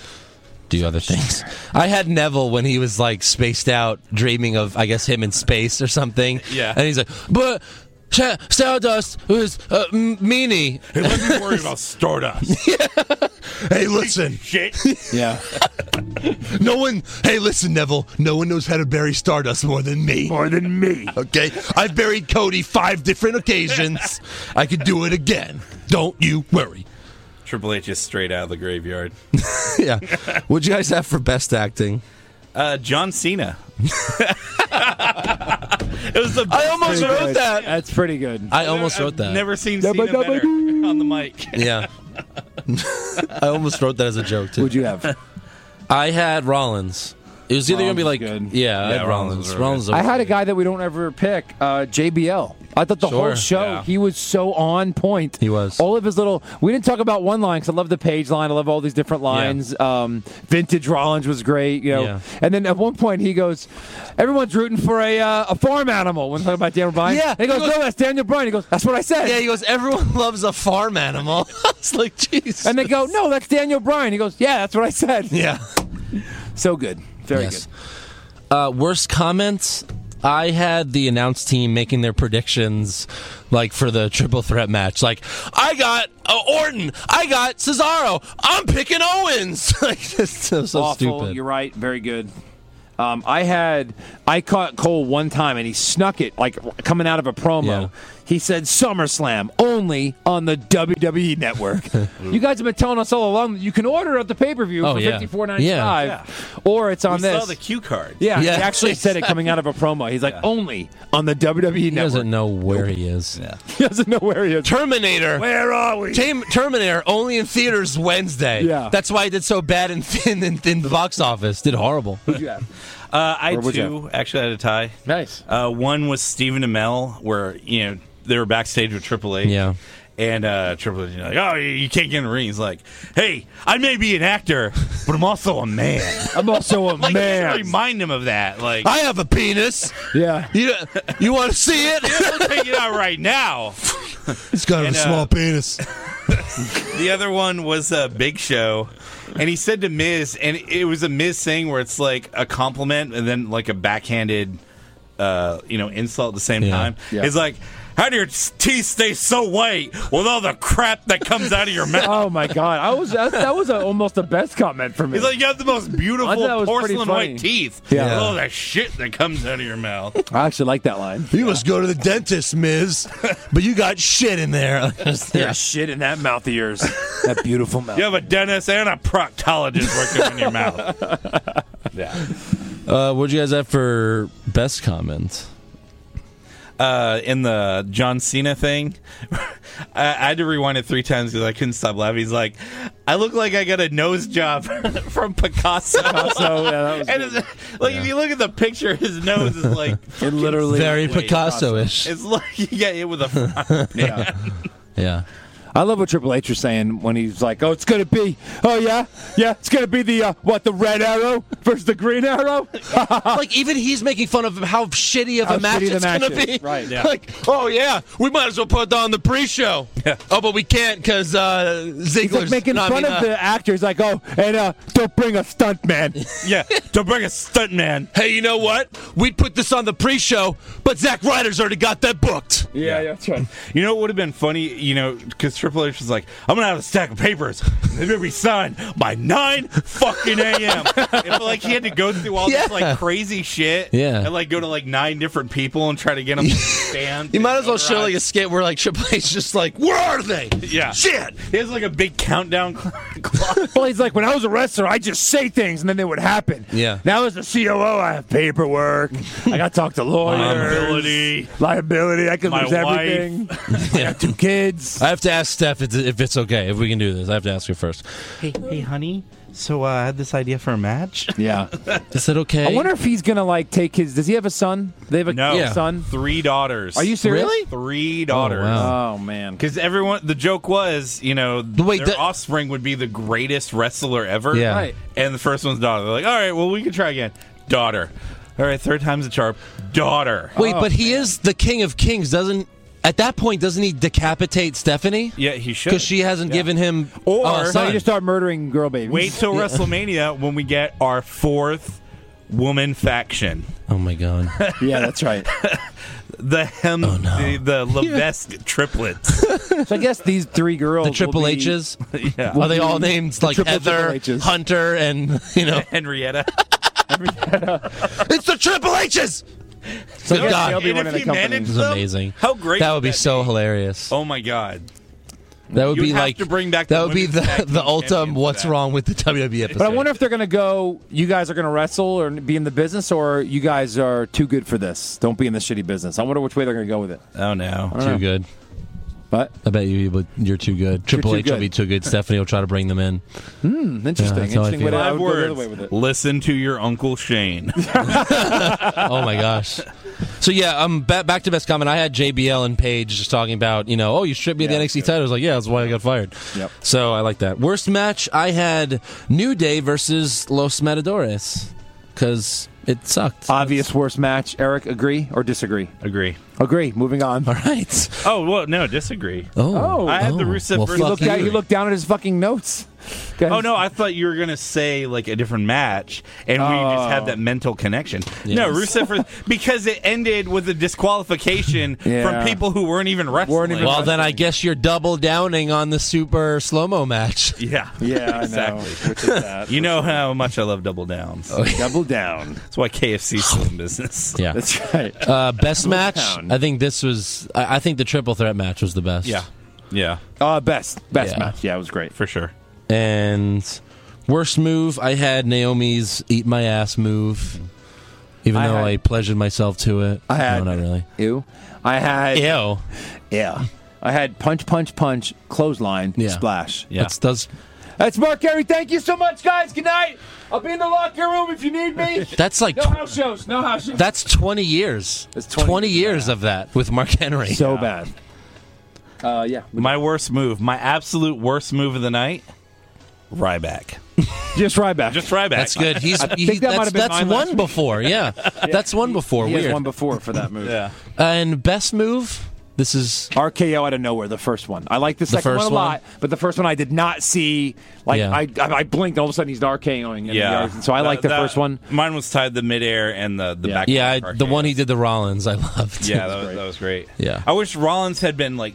do other things. I had Neville when he was like spaced out, dreaming of I guess him in space or something.
Yeah.
and he's like, but. Ch- Stardust was uh, m- meanie.
Hey, let me worry about Stardust.
Hey, listen,
Shit.
yeah.
No one, hey, listen, Neville, no one knows how to bury Stardust more than me. More than me. Okay? I've buried Cody five different occasions. I could do it again. Don't you worry.
Triple H is straight out of the graveyard.
Yeah. What'd you guys have for best acting?
Uh, John Cena. it was the best
I almost
Pretty
wrote
good.
that.
That's pretty good.
I almost
I've
wrote that.
Never seen
Yeah,
Cena
but-
better on the mic.
Yeah. I almost wrote that as a joke, too.
Would you have?
I had Rollins. It was either going to be like,
Rollins was good.
yeah, I
Yeah,
had
Rollins
Rollins.
was
Rollins.
really good.
I had a guy that we don't ever pick, uh, JBL. I thought the
Sure,
whole show
yeah.
he was so on point.
He was.
All of his little. We didn't talk about one line because I love the page line. I love all these different lines. Um, Vintage Rollins was great, you know.
Yeah.
And then at one point he goes, "Everyone's rooting for a uh, a farm animal." When talking about Daniel Bryan,
Yeah,
And he goes,
he goes-
"No, that's Daniel Bryan." He goes, "That's what I said."
Yeah, he goes, everyone loves a farm animal. It's like, jeez.
and they go, "No, that's Daniel Bryan." He goes, "Yeah, that's what I said."
yeah.
So good, very
Yes. Uh, worst comments. I had the announce team making their predictions, like for the triple threat match. Like, I got uh, Orton, I got Cesaro, I'm picking Owens. like, it's so, so
good. Awful.
stupid.
You're right. Very good. Um, I had I caught Cole one time and he snuck it like coming out of a promo.
Yeah.
He said SummerSlam only on the WWE Network. you guys have been telling us all along that you can order it at the pay per view
Oh,
for
yeah.
fifty four ninety
Yeah.
five,
Yeah.
or it's on
We
this.
saw the cue card.
yeah,
Yeah.
he actually said it coming out of a promo. He's like only on the WWE
he
Network.
doesn't know where he is.
He doesn't know where he is.
Terminator.
Where are we?
Tam- Terminator only in theaters Wednesday.
Yeah.
That's why I did so bad in, in, in, in the box office. Did horrible.
Yeah.
Uh, I
Or would you
too actually had a tie.
Nice.
Uh, one was Stephen Amell, where you know they were backstage with Triple H.
Yeah.
And uh, Triple H, you know, like, oh, you- you can't get in the ring. He's like, hey, I may be an actor, but I'm also a man.
I'm also a
like, you should
man.
remind him of that. Like,
I have a penis.
Yeah.
You, you want to see it?
don't take it out right now.
It's got
And, uh, small
penis.
The other one was uh, Big Show, and he said to Miz, and it was a Miz thing where it's like a compliment and then like a backhanded, uh, you know, insult at the same
Yeah.
time.
Yeah.
It's like, how do your teeth stay so white with all the crap that comes out of your mouth?
Oh my god, I was that, that was a, almost the best comment for me.
He's like, you have the most
I thought that
beautiful
was pretty
porcelain
funny.
white teeth.
Yeah.
With all that shit that comes out of your mouth.
I actually like that line.
You must go to the dentist, Miz. But you got shit in there.
Yeah, shit in that mouth of yours. that beautiful mouth.
You have a dentist and a proctologist working in your mouth. Yeah.
Uh, what'd you guys have for best comment?
uh, in the John Cena thing. I, I had to rewind it three times because I couldn't stop laughing. He's like, I look like I got a nose job from Picasso.
So Oh, yeah, that was
and
good.
it's, like if you look at the picture, his nose is like
it literally
Very
Wait,
Picasso-ish.
it's like you got hit with a.
Yeah.
Yeah.
I love what Triple H was saying when he's like, "Oh, it's gonna be, oh yeah, yeah, it's gonna be the uh, what, the red arrow versus the green arrow."
like even he's making fun of how shitty of
How
a match
shitty the
it's
match
gonna
is,
be.
right, yeah.
Like, oh yeah, we might as well put it on the pre-show.
Yeah.
Oh, but we can't because uh,
He's
Ziggler's
like making
no, I
fun
mean,
of
uh,
the actors, like, "Oh, and uh, don't bring a stunt man."
yeah, to bring a stunt man.
Hey, you know what? We'd put this on the pre-show, but Zack Ryder's already got that booked.
yeah, yeah, that's right.
You know what would have been funny? You know, because Triple H was like, "I'm gonna have a stack of papers. They're gonna be signed by nine fucking a.m." and like he had to go through all this
Yeah.
like crazy shit,
Yeah.
and like go to like nine different people and try to get them to stand.
You might as well
Right.
show like a skit where like Triple H's just like, where are they?
Yeah.
Shit.
He has like a big countdown clock.
Well, he's like, when I was a wrestler, I just say things and then they would happen.
Yeah.
Now as a COO, I have paperwork. I got to talk to lawyers.
Liability.
Liability. I could
My
lose
wife.
everything. I got two kids.
I have to ask Steph if if it's okay if we can do this. I have to ask her first.
Hey, hey, honey. So uh, I had this idea for a match.
Yeah.
Is it okay?
I wonder if he's gonna like take his. Does he have a son? They have a
No,
Yeah.
son.
three daughters.
Are you serious?
Really?
Three daughters.
wow.
Oh man.
Because everyone, the joke was, you know,
wait,
their
the-
offspring would be the greatest wrestler ever.
Yeah.
Right.
And the first one's daughter. They're like, all right, well, we can try again. Daughter. All right, third time's a charm. Daughter.
Wait, but he is the king of kings, doesn't? At that point, doesn't he decapitate Stephanie?
Yeah, he should.
because she hasn't given him
Or-
uh,
So you
son.
just start murdering girl babies.
Wait till WrestleMania when we get our fourth woman faction.
oh my god!
Yeah, that's right.
The hem,
Oh, no.
the, the Levesque triplets.
so I guess these three girls.
The
will
Triple
be-
H's
Yeah.
are they all named like
triple
Heather,
Triple H's.
Hunter, and you know
Henrietta.
it's the Triple H's. So
Yeah, they'll
God,
be
And
running
if
the
he
company.
managed
this is
them,
amazing.
How great
That would be so
be?
hilarious.
Oh my god!
that would
you
be
have
like
to bring back
that
the
would be
women's
the
tag team
the ultimate
champions for
what's
that.
wrong with the WWE episode.
But I wonder if they're gonna go. You guys are gonna wrestle or be in the business, or you guys are too good for this. Don't be in the shitty business. I wonder which way they're gonna go with it.
Oh no!
too good.
But
I bet you, but you're too good. Triple
too
H will
good.
be too good. Stephanie will try to bring them in. Yeah,
interesting.
that's how I
interesting
feel.
way to, I would go
Five
the
words.
other way with it.
Listen to your uncle Shane.
Oh my gosh. So yeah, um, ba- back to best comment. I had JBL and Paige just talking about you know, oh, you stripped me of
Yeah,
the
that's
NXT title. I was like, yeah, that's why I got fired.
Yep.
So I like that. Worst match I had New Day versus Los Matadores because it sucked.
Obvious worst match. Eric, agree or disagree?
Agree.
Agree. Moving on.
All right.
Oh well, no, disagree.
Oh,
Oh. I
had the
Oh.
Rusev
Well,
versus-
fuck
Look,
Fucking
at-
you.
he looked down at his fucking notes. Guys,
Oh no, I thought you were gonna say like a different match, and we just have that
Oh.
mental connection. No,
Yes.
Rusev vers- because it ended with a disqualification
Yeah.
from people who weren't even wrestling.
Weren't even
Well, then I guess you're double downing on the super slow mo match.
yeah,
Yeah, I
exactly.
know. Which is that.
You know how much I love double downs.
Double down.
That's why KFC's still in business.
Yeah.
That's right.
Uh, best match.
down.
I think this was. I, I think the triple threat match was the best.
yeah, yeah,
Uh, best, best
Yeah.
match. Yeah, it was great.
for sure.
And worst move, I had Naomi's eat my ass move. Even
I
though
had-
I pleasured myself to it.
I had-
No, not really.
Ew. I had
Ew.
yeah. I had punch, punch, punch, clothesline,
Yeah.
splash.
Yeah.
That's, that's,
That's Mark Carey. Thank you so much, guys. Good night. I'll be in the locker room if you need me.
that's like.
No
tw-
house shows. No house shows.
that's 20 years.
That's
20,
20
years of that with Mark Henry.
so bad. Uh, yeah.
My worst move, my absolute worst move of the night, Ryback.
Just Ryback.
Just Ryback.
that's good. He's he,
think that might
that's,
have been
that's
mine last
one before. Yeah. That's one before.
he has
Weird.
one before for that move.
Yeah.
and best move? This is
RKO out of nowhere, the first one. I like the second
first
one
one?
a lot, but the first one I did not see. Like
Yeah.
I, I, I blinked, all of a sudden he's RKOing. in
Yeah.
the yard. so I
That-
like the
that-
first one.
Mine was tied the midair and the the
Yeah.
back.
yeah, I,
arcade.
the one he did the Rollins. I loved.
Yeah, that was, that was great.
Yeah.
I wish Rollins had been like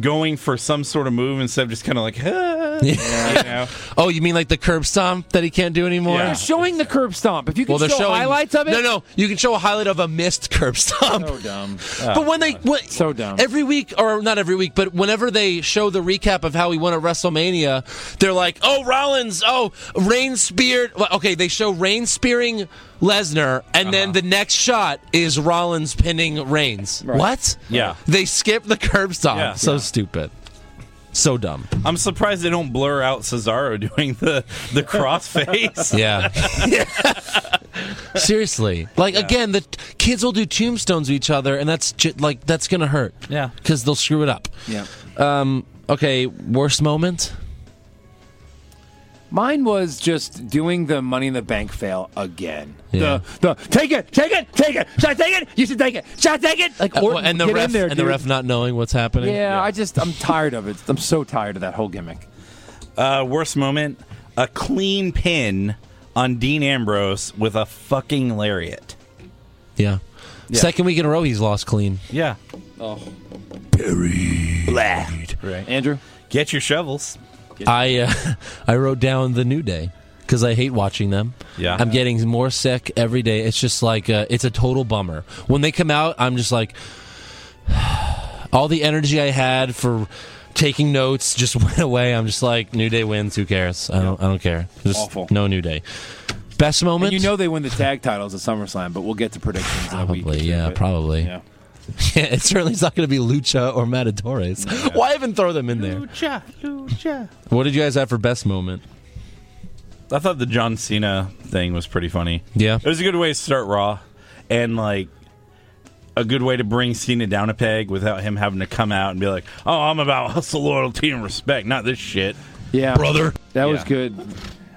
going for some sort of move instead of just kind of like, ah, you know?
oh, you mean like the curb stomp that he can't do anymore?
Yeah.
They're showing the curb stomp. If you can
Well, they're
show
showing
highlights of it,
No, no, you can show a highlight of a missed curb stomp.
So dumb.
but when they what,
So dumb.
every week or not every week, but whenever they show the recap of how he won at WrestleMania, they're like, "Oh, Rollins, oh, rain speared." well, Okay, they show rain spearing Lesnar, and then the next shot is Rollins pinning Reigns. What?
Yeah.
they skip the curb stomp.
Yeah.
so
Yeah.
stupid. So dumb.
I'm surprised they don't blur out Cesaro doing the the crossface.
Yeah. Seriously. Like again, the t- kids will do tombstones to each other and that's j- like that's going to hurt.
Yeah.
Cuz they'll screw it up.
Yeah.
Um okay, worst moment?
Mine was just doing the Money in the Bank fail again.
Yeah.
The the take it, take it, take it, should I take it? You should take it, should I take it? Like
Uh,
Orton,
and the
get in
ref
there,
and the
dude.
ref not knowing what's happening.
Yeah, I just I'm tired of it. I'm so tired of that whole gimmick.
Uh, worst moment: a clean pin on Dean Ambrose with a fucking lariat.
Yeah. Second week in a row he's lost clean.
Yeah.
Andrew,
Get your shovels.
I uh, I wrote down the New Day because I hate watching them.
Yeah.
I'm getting more sick every day. It's just like uh, it's a total bummer when they come out. I'm just like, all the energy I had for taking notes just went away. I'm just like, New Day wins. Who cares? I don't. I don't care. Just
Awful.
no New Day. Best moment.
and you know they win the tag titles at SummerSlam, but we'll get to predictions in a
Probably,
week.
yeah,
But-
probably.
Yeah.
Yeah, it certainly is not going to be Lucha or Matadores. Why even throw them in there?
Lucha, lucha.
What did you guys have for best moment?
I thought the John Cena thing was pretty funny.
Yeah.
It was a good way to start Raw, and like a good way to bring Cena down a peg without him having to come out and be like, "Oh, I'm about hustle, loyalty, and respect, not this shit."
Yeah.
Brother.
That was
Yeah.
good.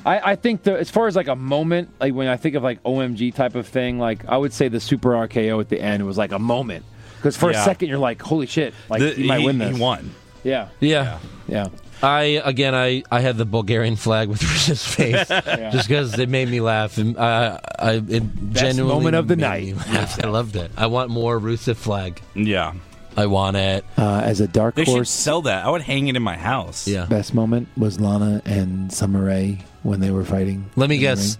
I, I think the as far as like a moment, like when I think of like OMG type of thing, like I would say the super RKO at the end was like a moment because for
Yeah.
a second you're like, holy shit, like
The-
he, might win this.
He won.
Yeah,
Yeah.
yeah.
I again, I I had the Bulgarian flag with Rich's face just because it made me laugh. And, uh, I it
Best
genuinely
moment of the
made
night.
me laugh. I loved it. I want more Rusev flag.
Yeah.
I want it.
Uh, as a dark
They should sell that. I would hang it in my house.
Yeah.
best moment was Lana and Summer Rae when they were fighting.
Let me guess.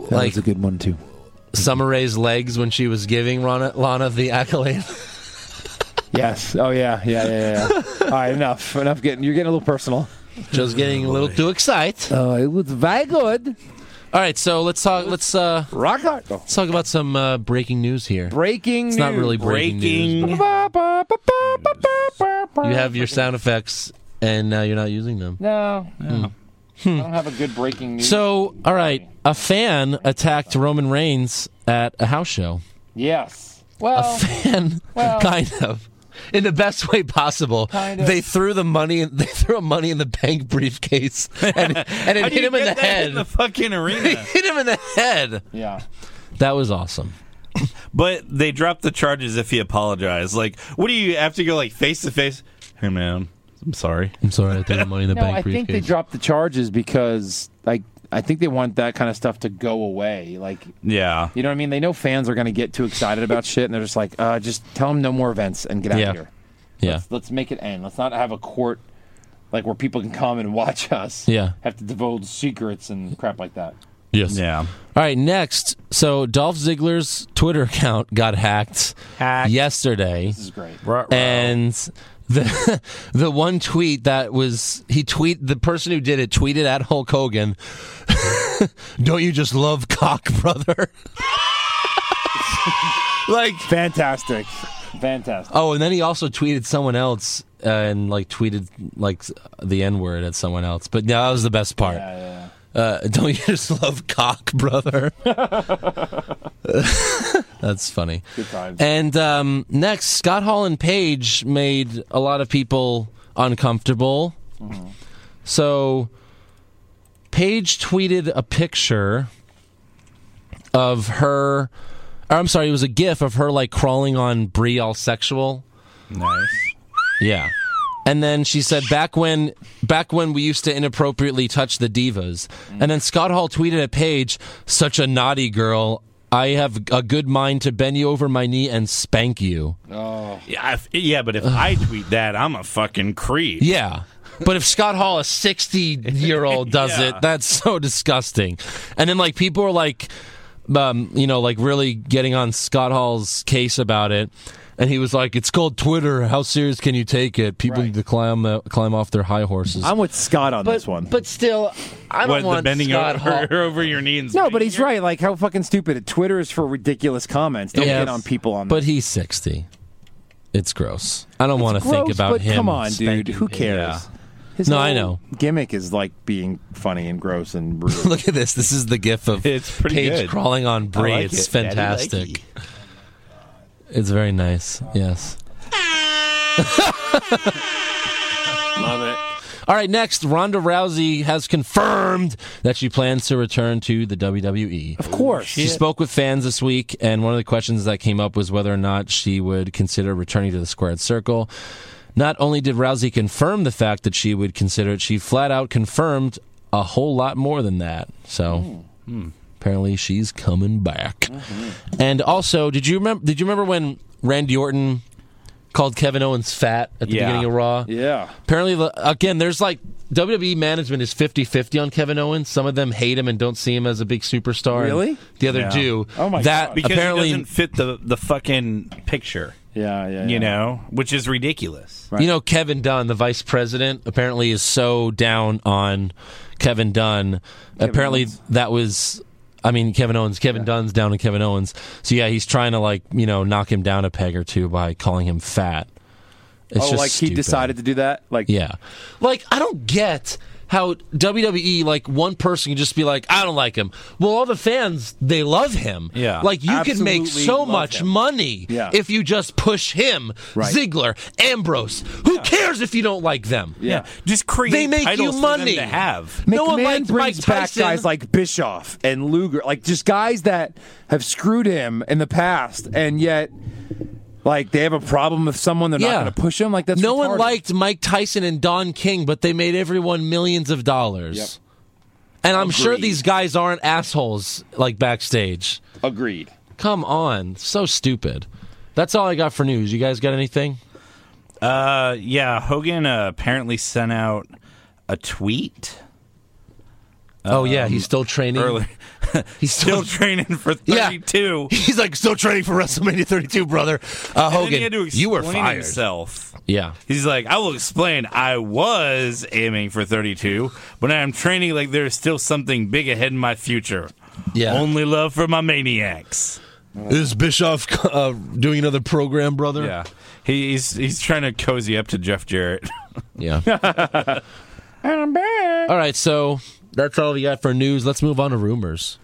That
Like
good one too.
Summer Rae's legs when she was giving Rana, Lana the accolade.
Yes. Oh yeah. Yeah. Yeah. yeah. All right. Enough. Enough. Getting. You're getting a little personal.
Just getting a little too excited.
Oh, it was very good.
All right, so let's talk. Let's uh,
Rock hard.
let's talk about some uh, breaking news here.
Breaking.
It's not really breaking, news.
Breaking.
but You have your sound effects, and now you're not using them.
No. Hmm. I don't have a good breaking news.
So, all right, a fan attacked Roman Reigns at a house show.
yes.
A
Oh. Well,
fan, kind of, in the best way possible.
Kind of.
They threw the money. They threw a money in the bank briefcase, and, and it
How do
hit
you
him in the
get that
head.
in the fucking arena?
hit him in the head.
yeah.
That was awesome.
but they dropped the charges if he apologized. Like, what do you have to go like face to face? Hey man, I'm sorry.
I'm sorry, I threw the money in the
No,
bank
I think
briefcase.
they dropped the charges because like I think they want that kind of stuff to go away. Like
Yeah.
you know what I mean? They know fans are going to get too excited about shit, and they're just like, uh, just tell them no more events and get out
Yeah.
of here.
yeah,
Let's make it end. Let's not have a court like where people can come and watch us.
Yeah.
Have to divulge secrets and crap like that.
yes,
Yeah.
All right, next. So Dolph Ziggler's Twitter account got hacked,
Hacked.
yesterday.
This is great.
and the the one tweet that was he tweet the person who did it tweeted at Hulk Hogan. Don't you just love cock, brother? like
Fantastic. Fantastic.
oh, and then he also tweeted someone else uh, and like tweeted like the n word at someone else. But no, that was the best part.
Yeah, yeah,
Uh, don't you just love cock, brother? That's funny.
Good times.
And um, next, Scott Hall and Page made a lot of people uncomfortable. So Page tweeted a picture of her. Or I'm sorry, it was a GIF of her like crawling on Brie, all sexual.
Nice.
Yeah. And then she said, "Back when, back when we used to inappropriately touch the divas." And then Scott Hall tweeted at Paige, "Such a naughty girl. I have a good mind to bend you over my knee and spank you."
Yeah, if, yeah, but if I tweet that, I'm a fucking creep.
Yeah. But if Scott Hall, a 60 year old, does
Yeah.
it, that's so disgusting. And then, like, people are like, um, you know, like really getting on Scott Hall's case about it. And he was like, it's called Twitter. How serious can you take it? People need to climb, uh, climb off their high horses.
I'm with Scott on this one.
But still, I don't
What the
want
bending
Scott Hall.
over, over your knee and
No, but he's
spanking
right. Like how fucking stupid. Twitter is for ridiculous comments. Don't
Yeah.
get on people on.
But he's 60. It's gross. I don't want to
Gross,
think about
but
him.
Come on, dude.
spanking
Who
people.
cares?
Yeah.
His
No, I
whole
know.
Gimmick is like being funny and gross and brutal.
Look at this. This is the gif of
It's pretty
Paige
good.
crawling on Brie.
I like
it's
it. Daddy
fantastic.
likey.
It's very nice. Yes.
Love it.
All right, next, Ronda Rousey has confirmed that she plans to return to the E. WWE.
Of course.
She spoke with fans this week, and one of the questions that came up was whether or not she would consider returning to the squared circle. Not only did Rousey confirm the fact that she would consider it, she flat out confirmed a whole lot more than that. So hmm. apparently, she's coming back. And also, did you remember? Did you remember when Randy Orton called Kevin Owens fat at the
Yeah.
beginning of Raw?
Yeah.
Apparently, the- again, there's like WWE management is 50 50 on Kevin Owens. Some of them hate him and don't see him as a big superstar. and
Really?
The other
Yeah.
do.
Oh my
that
God.
because
apparently,
it doesn't fit the the fucking picture,
Yeah, yeah. yeah.
you know, which is ridiculous.
Right.
you know, Kevin Dunn, the vice president, apparently is so down on Kevin Dunn. apparently,
Owens.
that was. I mean, Kevin Owens. Kevin Dunn's down on Kevin Owens. So, yeah, he's trying to, like, you know, knock him down a peg or two by calling him fat. It's
oh,
just
like he
stupid.
decided to do that? Like
Yeah. Like, I don't get how WWE, like, one person can just be like, I don't like him. Well, all the fans, they love him.
Yeah.
Like, you can make
Absolutely
so
love
much
him.
money
Yeah.
if you just push him,
Right.
Ziggler, Ambrose. Who cares if you don't like them?
Yeah.
Just create
They make you
titles for them
money.
to have.
No one
McMahon
liked
brings
Mike
back
Tyson.
guys like Bischoff and Luger, like just guys that have screwed him in the past, and yet, like they have a problem with someone, they're
Yeah.
not going to push him. Like that's
no one
retarded.
liked Mike Tyson and Don King, but they made everyone millions of dollars.
Yep.
And I'm sure
Agreed.
these guys aren't assholes, like, backstage.
Agreed.
Come on. So stupid. That's all I got for news. You guys got anything?
Uh, yeah, Hogan uh, apparently sent out a tweet
Oh yeah, he's still training.
earlier.
He's
Still
still.
training for
Yeah.
32.
he's like still training for WrestleMania 32, brother. Uh,
And then he had to
Hogan, you were
explain
fired.
Himself.
Yeah,
He's like, I will explain. I was aiming for 32, but I am training like there is still something big ahead in my future.
yeah.
Only love for my maniacs.
is Bischoff uh, doing another program, brother?
Yeah, He- he's he's trying to cozy up to Jeff Jarrett.
yeah. All right, so that's all we got for news. Let's move on to rumors.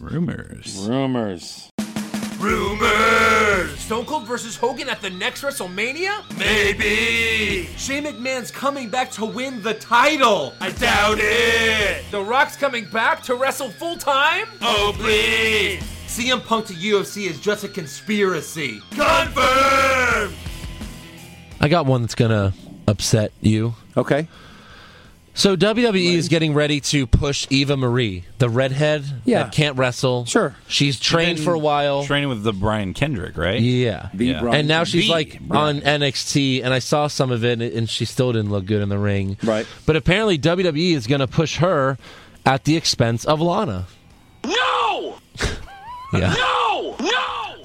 Rumors.
Rumors.
Stone Cold versus Hogan at the next WrestleMania?
Maybe
Shane McMahon's coming back to win the title.
I doubt it.
The Rock's coming back to wrestle full time?
Oh please,
CM Punk to UFC is just a conspiracy.
confirm.
I got one that's gonna upset you.
Okay.
So WWE is getting ready to push Eva Marie, the redhead
Yeah.
that can't wrestle.
Sure.
she's trained
been
for a while.
Training with the Brian Kendrick, right?
yeah,
The
Yeah.
Brian-
and now she's
The
like on
brand.
NXT, and I saw some of it, and she still didn't look good in the ring.
Right.
But apparently WWE is going to push her at the expense of Lana.
No!
Yeah.
No! No!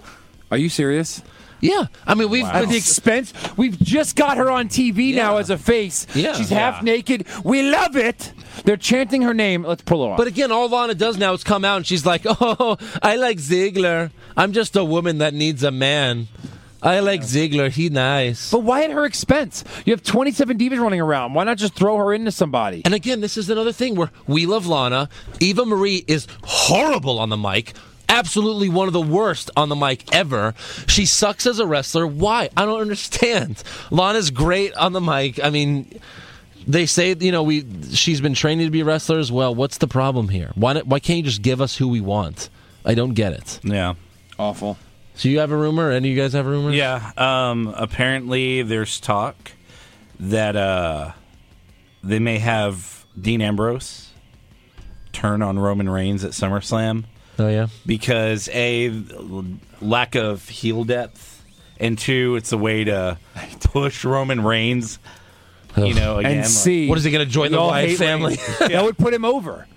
Are you serious?
Yeah. I mean, we've
At the
been
expense, we've just got her on TV now
Yeah.
as a face.
Yeah.
She's
Yeah.
half naked. We love it. They're chanting her name. Let's pull her off.
But again, all Lana does now is come out and she's like, "Oh, I like Ziggler. I'm just a woman that needs a man. I like Ziggler. He nice."
But why at her expense? You have 27 divas running around. Why not just throw her into somebody?
And again, this is another thing where we love Lana. Eva Marie is horrible on the mic. Absolutely one of the worst on the mic ever. She sucks as a wrestler. Why? I don't understand. Lana's great on the mic. I mean, they say you know we she's been training to be wrestlers. Well, what's the problem here? Why not, why can't you just give us who we want? I don't get it.
Yeah.
Awful.
So you have a rumor? Any of you guys have a rumor?
Yeah. Um, apparently, there's talk that uh, they may have Dean Ambrose turn on Roman Reigns at SummerSlam
Oh yeah.
because a lack of heel depth, and two, it's a way to push Roman Reigns. You
Ugh.
know, again,
And
like-
see,
What is he going to join the
Y'all
Wyatt
hate
family?
Reigns. that would put him over.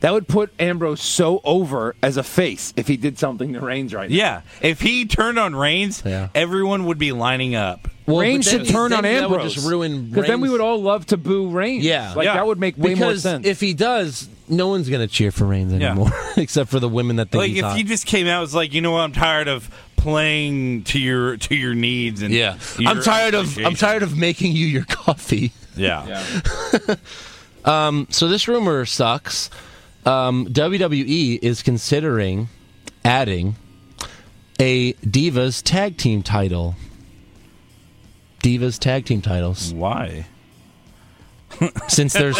That would put Ambrose so over as a face if he did something to Reigns right now.
Yeah, if he turned on Reigns,
Yeah.
everyone would be lining up.
Well,
Reigns
but
should
then-
turn
then
on
that would
Ambrose.
just ruin
Because then we
Reigns'
would all love to boo Reigns.
Yeah.
Like,
Yeah.
that would make way
because
more sense.
if he does, no one's going to cheer for Reigns anymore, except for the women that think
Like
he's
if
hot.
he just came out, and was like, you know what, I'm tired of playing to your to your needs and
Yeah,
your
I'm tired of I'm
appreciation.
tired of making you your coffee.
Yeah.
So this rumor sucks. Um, WWE is considering adding a Divas tag team title. Divas tag team titles
Why?
since there's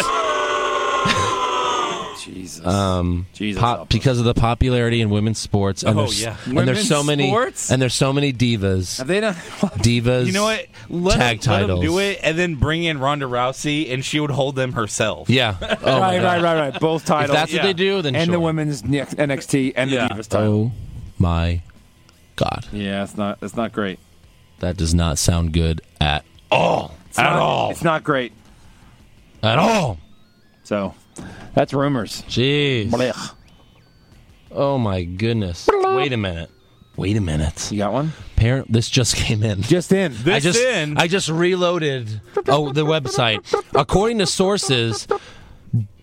Jesus. Um, Jesus.
pop
Alpha.
because of the popularity in women's sports and
Oh,
there's
yeah.
and there's
Women's
so many
sports?
and there's so many divas
Have they not?
divas
You know what? Let
tag
him, let him
titles
do it, and then bring in Ronda Rousey, and she would hold them herself.
yeah oh my
right,
God.
right, right, right. Both
if
titles.
that's
yeah.
what they do then
and the
sure.
women's NXT and
Yeah.
the Divas
oh
title.
my god
Yeah, it's not. It's not great.
that does not sound good at
It's at not, all. It's not great.
at all
So that's rumors.
Jeez.
Blech.
Oh my goodness. Wait a minute. Wait a minute.
You got one?
Parent, this just came in.
Just in.
I
This
just
in.
I just reloaded oh the website. According to sources,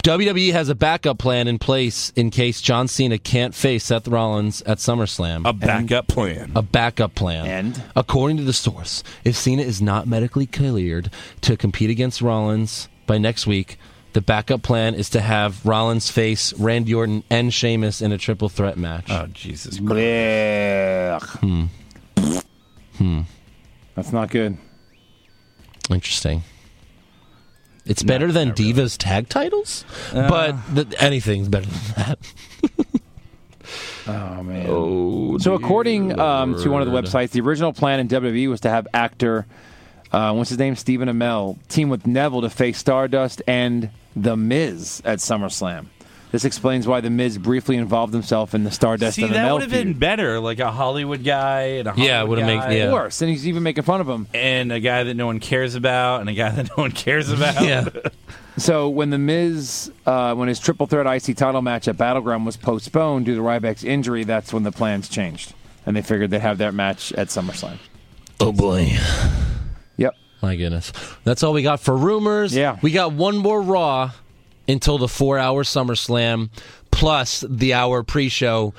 WWE has a backup plan in place in case John Cena can't face Seth Rollins at SummerSlam.
a backup plan.
a backup plan.
And?
according to the source, if Cena is not medically cleared to compete against Rollins by next week, the backup plan is to have Rollins face Randy Orton and Sheamus in a triple threat match.
Oh Jesus! Christ.
Blech. Hmm. Hmm. That's not good.
Interesting. It's better than Divas tag titles, but th- anything's better than that.
Oh man. so according um, to one of the websites, the original plan in WWE was to have actor, uh, what's his name, Stephen Amell, team with Neville to face Stardust and The Miz at SummerSlam. This explains why The Miz briefly involved himself in the Stardust
See,
and
that
Amell
would have been
feud.
better, like a Hollywood guy and a Hollywood
Yeah, it would've made-
guy,
yeah.
worse, and he's even making fun of him.
and a guy that no one cares about, and a guy that no one cares about.
Yeah.
So when the Miz, uh, when his triple threat IC title match at Battleground was postponed due to Ryback's injury, that's when the plans changed, and they figured they'd have that match at SummerSlam.
Oh boy.
Yep.
My goodness. That's all we got for rumors.
Yeah.
We got one more Raw until the four hour SummerSlam, plus the hour pre show,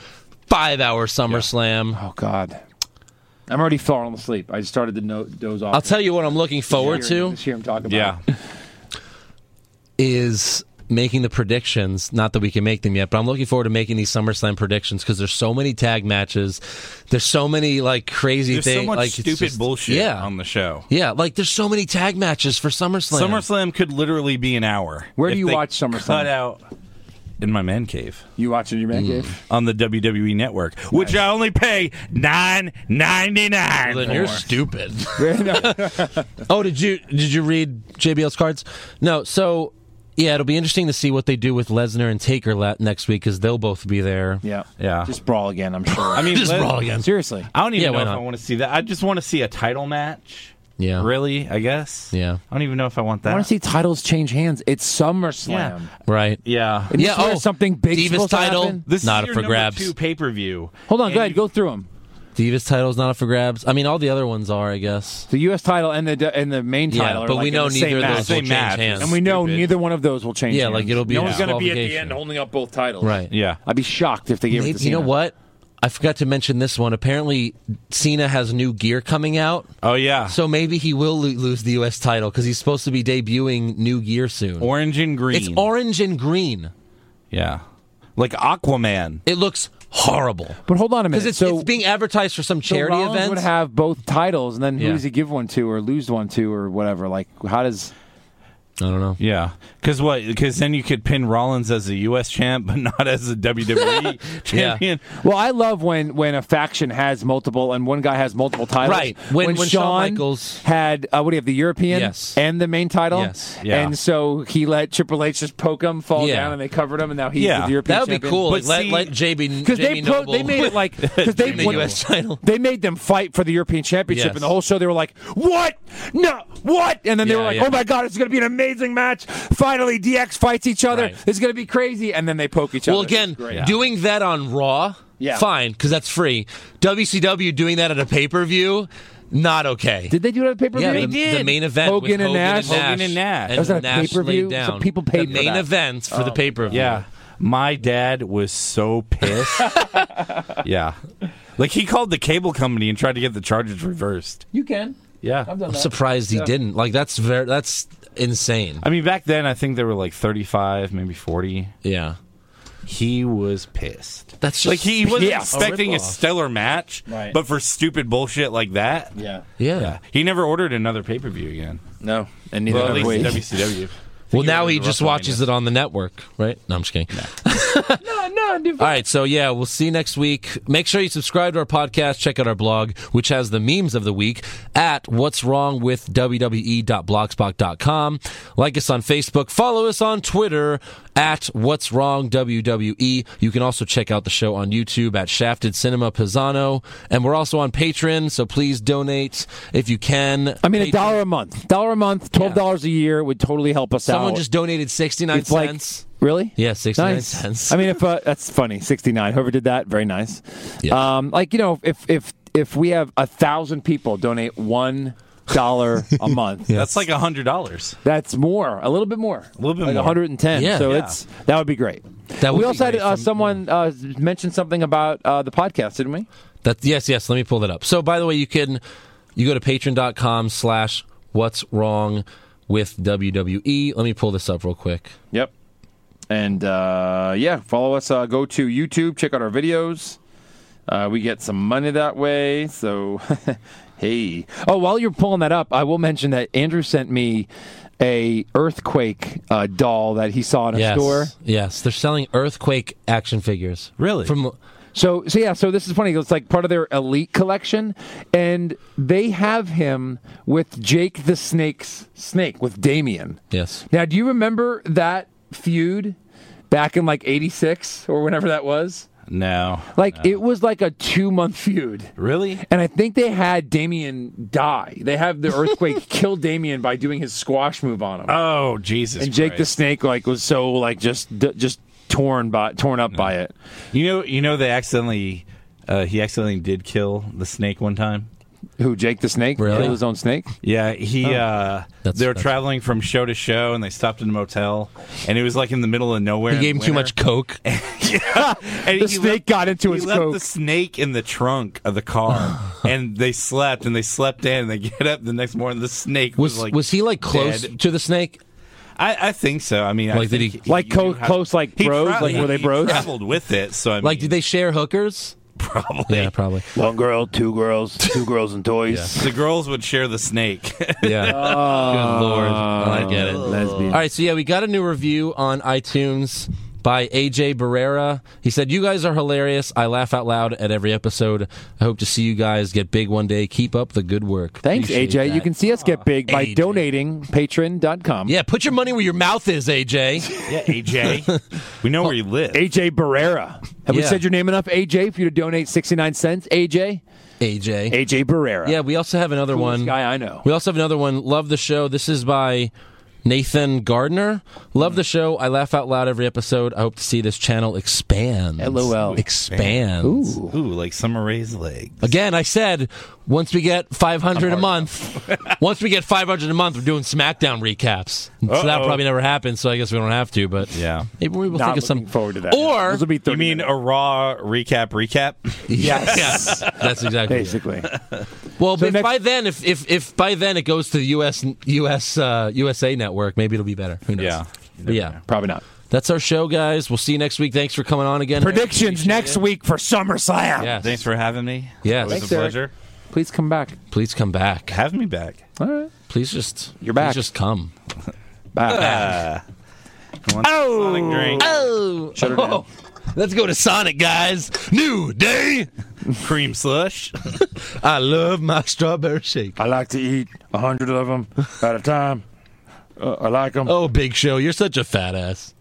five hour SummerSlam.
Oh God, I'm already falling asleep. I just started to no- doze off.
I'll tell you what I'm looking forward to
Just hear him talk about
Yeah.
it.
is making the predictions. Not that we can make them yet, but I'm looking forward to making these SummerSlam predictions because there's so many tag matches. There's so many like crazy
There's
things.
so much
like, it's
stupid
just-
bullshit
Yeah.
on the show.
yeah, like there's so many tag matches for SummerSlam.
SummerSlam could literally be an hour.
Where do
If
you
they
watch SummerSlam?
Cut out in my man cave
You watching your
Mm.
man cave?
on the WWE network, which I only pay nine ninety nine.
Then you're stupid. oh, did you did you read JBL's cards? No. So yeah, it'll be interesting to see what they do with Lesnar and Taker la- next week because they'll both be there.
Yeah.
Yeah.
Just brawl again. I'm sure.
I mean,
Just
let-
brawl again.
seriously.
I don't even
Yeah,
know
why
if
not?
I want to see that. I just want to see a title match.
Yeah.
Really, I guess.
Yeah.
I don't even know if I want
I
that.
want to see titles change hands. It's SummerSlam.
Yeah.
Right.
yeah.
And
Yeah,
this is where
oh,
something big
Divas
supposed to
title.
happen?
This
Not
is
up
your
for
number
grabs.
two pay per view.
Hold on.
And
go ahead.
you-
Go through them.
Divas title's not up for grabs. I mean, all the other ones are, I guess.
The U.S. title and the and the main title.
yeah,
are
but
like
we
in
know
the same
neither of
match.
those will
Same
change
match.
hands.
And we know
Stupid.
neither one of those will change.
yeah,
hands.
like it'll be
no
a
one's gonna be at the
disqualification.
end holding up both titles.
Right.
Yeah.
I'd be shocked if they gave it
Maybe-
to
you know
Cena.
what? I forgot to mention this one. Apparently, Cena has new gear coming out,
Oh yeah.
so maybe he will lo- lose the U.S. title because he's supposed to be debuting new gear soon.
Orange and green.
It's orange and green.
Yeah. Like Aquaman.
It looks horrible
But hold on a minute.
because it's,
so
it's being advertised for some charity
so Rollins
event.
would have both titles, and then who
Yeah.
does he give one to, or lose one to, or whatever? Like, how does?
I don't know.
Yeah, because what? Because then you could pin Rollins as a U.S. champ, but not as a WWE champion.
Well, I love when when a faction has multiple, and one guy has multiple titles.
Right. When- when Shawn Michaels-
had, uh, what do you have? The European
Yes.
and the main title.
Yes.
Yeah.
And so he let Triple H just poke him, fall
Yeah.
down, and they covered him, and now he's
Yeah.
the European.
That would be cool. Like,
But
let,
see-
let JB
Because they
Jamie
pro-
Noble
they made it like because they
win the
when-
U.S. title.
They made them fight for the European Championship,
Yes.
and the whole show they were like, "What? No, what?" And then they
Yeah,
were like,
yeah.
"Oh my god, it's going to be an amazing match! Finally, DX fights each other.
Right.
It's going to be crazy!" And then they poke each
Well,
other.
again,
It's great.
doing that on Raw,
Yeah.
fine, because that's free. WCW doing that at a pay per view, not okay.
did they do it at pay per view?
yeah, the, the main event
Hogan
with
and
Hogan
Nash.
and Nash,
Hogan and Nash. Oh.
and
Was that a
Nash
pay-per-view?
laid down.
So people paid
the
for
main
that.
events for the pay per view.
Yeah, my dad was so pissed. yeah, Like he called the cable company and tried to get the charges reversed.
You can.
Yeah.
I've done
I'm
that.
surprised he
Yeah.
didn't. Like that's very that's insane.
I mean, back then I think there were like 35, maybe 40.
Yeah.
He was pissed.
That's just
Like he wasn't
Yeah.
expecting a,
ripoff.
stellar match,
Right.
but for stupid bullshit like that,
Yeah.
Yeah.
he never ordered another pay per view again.
No, and neither
Well, at
have we.
least WCW.
Well,
he
now
was
he
in
just
WrestleMania.
watches it on the network, right? No, I'm just kidding. All right, so yeah, we'll see you next week. Make sure you subscribe to our podcast. Check out our blog, which has the memes of the week at what's wrong with E WWE.blogspot.com. Like us on Facebook. Follow us on Twitter at what's wrong WWE. You can also check out the show on YouTube at Shafted Cinema Pisano. And we're also on Patreon, so please donate if you can.
I mean, a
Patreon-
dollar a month, dollar a month, twelve dollars a year would totally help us out.
Someone just donated 69
it's like
cents.
really,
Yeah, 69
Nice.
cents.
I mean, if uh, that's funny, sixty nine. Whoever did that, very nice.
Yeah.
Um, like you know, if if if we have a thousand people donate one dollar a month,
That's like hundred dollars.
that's more, a little bit more, a
little bit
like
more.
one hundred and ten.
Yeah.
so
Yeah.
it's that would be great.
That would
we
be
also
great.
had uh,
Some-
someone uh, mention something about uh, the podcast, didn't we?
That's yes, yes. Let me pull that up. So by the way, you can you go to patreon.com slash what's wrong with WWE. Let me pull this up real quick.
Yep. And uh, yeah, follow us. Uh, go to YouTube. Check out our videos. Uh, we get some money that way. So, hey. Oh, while you're pulling that up, I will mention that Andrew sent me a earthquake uh, doll that he saw in a
Yes.
store.
Yes. They're selling earthquake action figures.
Really?
From
So, so yeah. So this is funny. It's like part of their elite collection, and they have him with Jake the Snake's snake with Damien.
Yes.
Now, do you remember that feud back in like '86 or whenever that was?
No.
Like it was like a two month feud.
Really?
And I think they had Damien die. They have the earthquake kill Damien by doing his squash move on him.
Oh Jesus!
and Jake the
Christ.
Snake like was so like just d- just torn by torn up by it.
you know, you know, they accidentally, uh, he accidentally did kill the snake one time.
Who Jake the Snake
Really?
killed his own snake?
Yeah, he. Uh,
That's-
they were
that's-
traveling from show to show, and they stopped in a motel, and it was like in the middle of nowhere.
They gave
in
him too much
winter.
coke.
And
The
he
snake got into
he
his
left
coke.
the snake in the trunk of the car, and they slept, and they slept in, and they get up the next morning. The snake was,
Was
like,
was he like close
dead.
to the snake?
I, I think so. I mean, I
Like, did
think
he-
Like
you do
close- close like
he
bros?
tra-
Like, were they
he
bros?
Traveled with it, so I mean,
Like did they share hookers?
probably?
Yeah, probably.
One girl, two girls, two girls and toys.
The girls would share the snake.
Yeah. Good lord. I get it.
Lesbian.
All right, so yeah, we got a new review on iTunes by AJ Barrera. He said, "You guys are hilarious. I laugh out loud at every episode. I hope to see you guys get big one day. Keep up the good work."
Thanks,
Appreciate
AJ. You
that.
can see us get big by
AJ.
donating patron.com.
Yeah, put your money where your mouth is, AJ.
yeah, AJ, we know where you live.
AJ Barrera. Have we
Yeah.
said your name enough, AJ, for you to donate 69 cents? AJ?
AJ.
AJ Barrera.
Yeah, we also have another
Coolest
one.
guy I know.
We also have another one. Love the show. This is by Nathan Gardner. Love the show. I laugh out loud every episode. I hope to see this channel expand.
LOL.
Expand.
Ooh, like Summer Rae's legs.
Again, I said once we get 500 a month, once we get 500 a month, we're doing SmackDown recaps. So that
Uh-oh.
probably never happens, so I guess we don't have to, but
Yeah.
maybe we will
Not
think of some.
looking forward to that.
Or-
Those will be 30
You mean
minutes,
a raw recap? Recap?
Yes. That's exactly. it.
basically.
Well,
So
if
next-
by then, if, if if by then it goes to the US US uh, USA network, maybe it'll be better. Who knows?
Yeah.
But yeah.
Probably not.
That's our show, guys. We'll see you next week. Thanks for coming on again.
Predictions next week for SummerSlam.
Yes.
Thanks for having me.
Yes.
it was
Thanks,
a
Eric.
pleasure.
Please come back.
Please come back.
Have me back.
All right.
Please just
You're back.
please just come.
Bye.
Ah.
Oh, Sonic drink,
Shut her down.
Oh, Let's go to Sonic, guys. New day.
cream slush.
I love my strawberry shake.
I like to eat a 100 of them at a time. Uh, I like them.
Oh, Big Show, you're such a fat ass.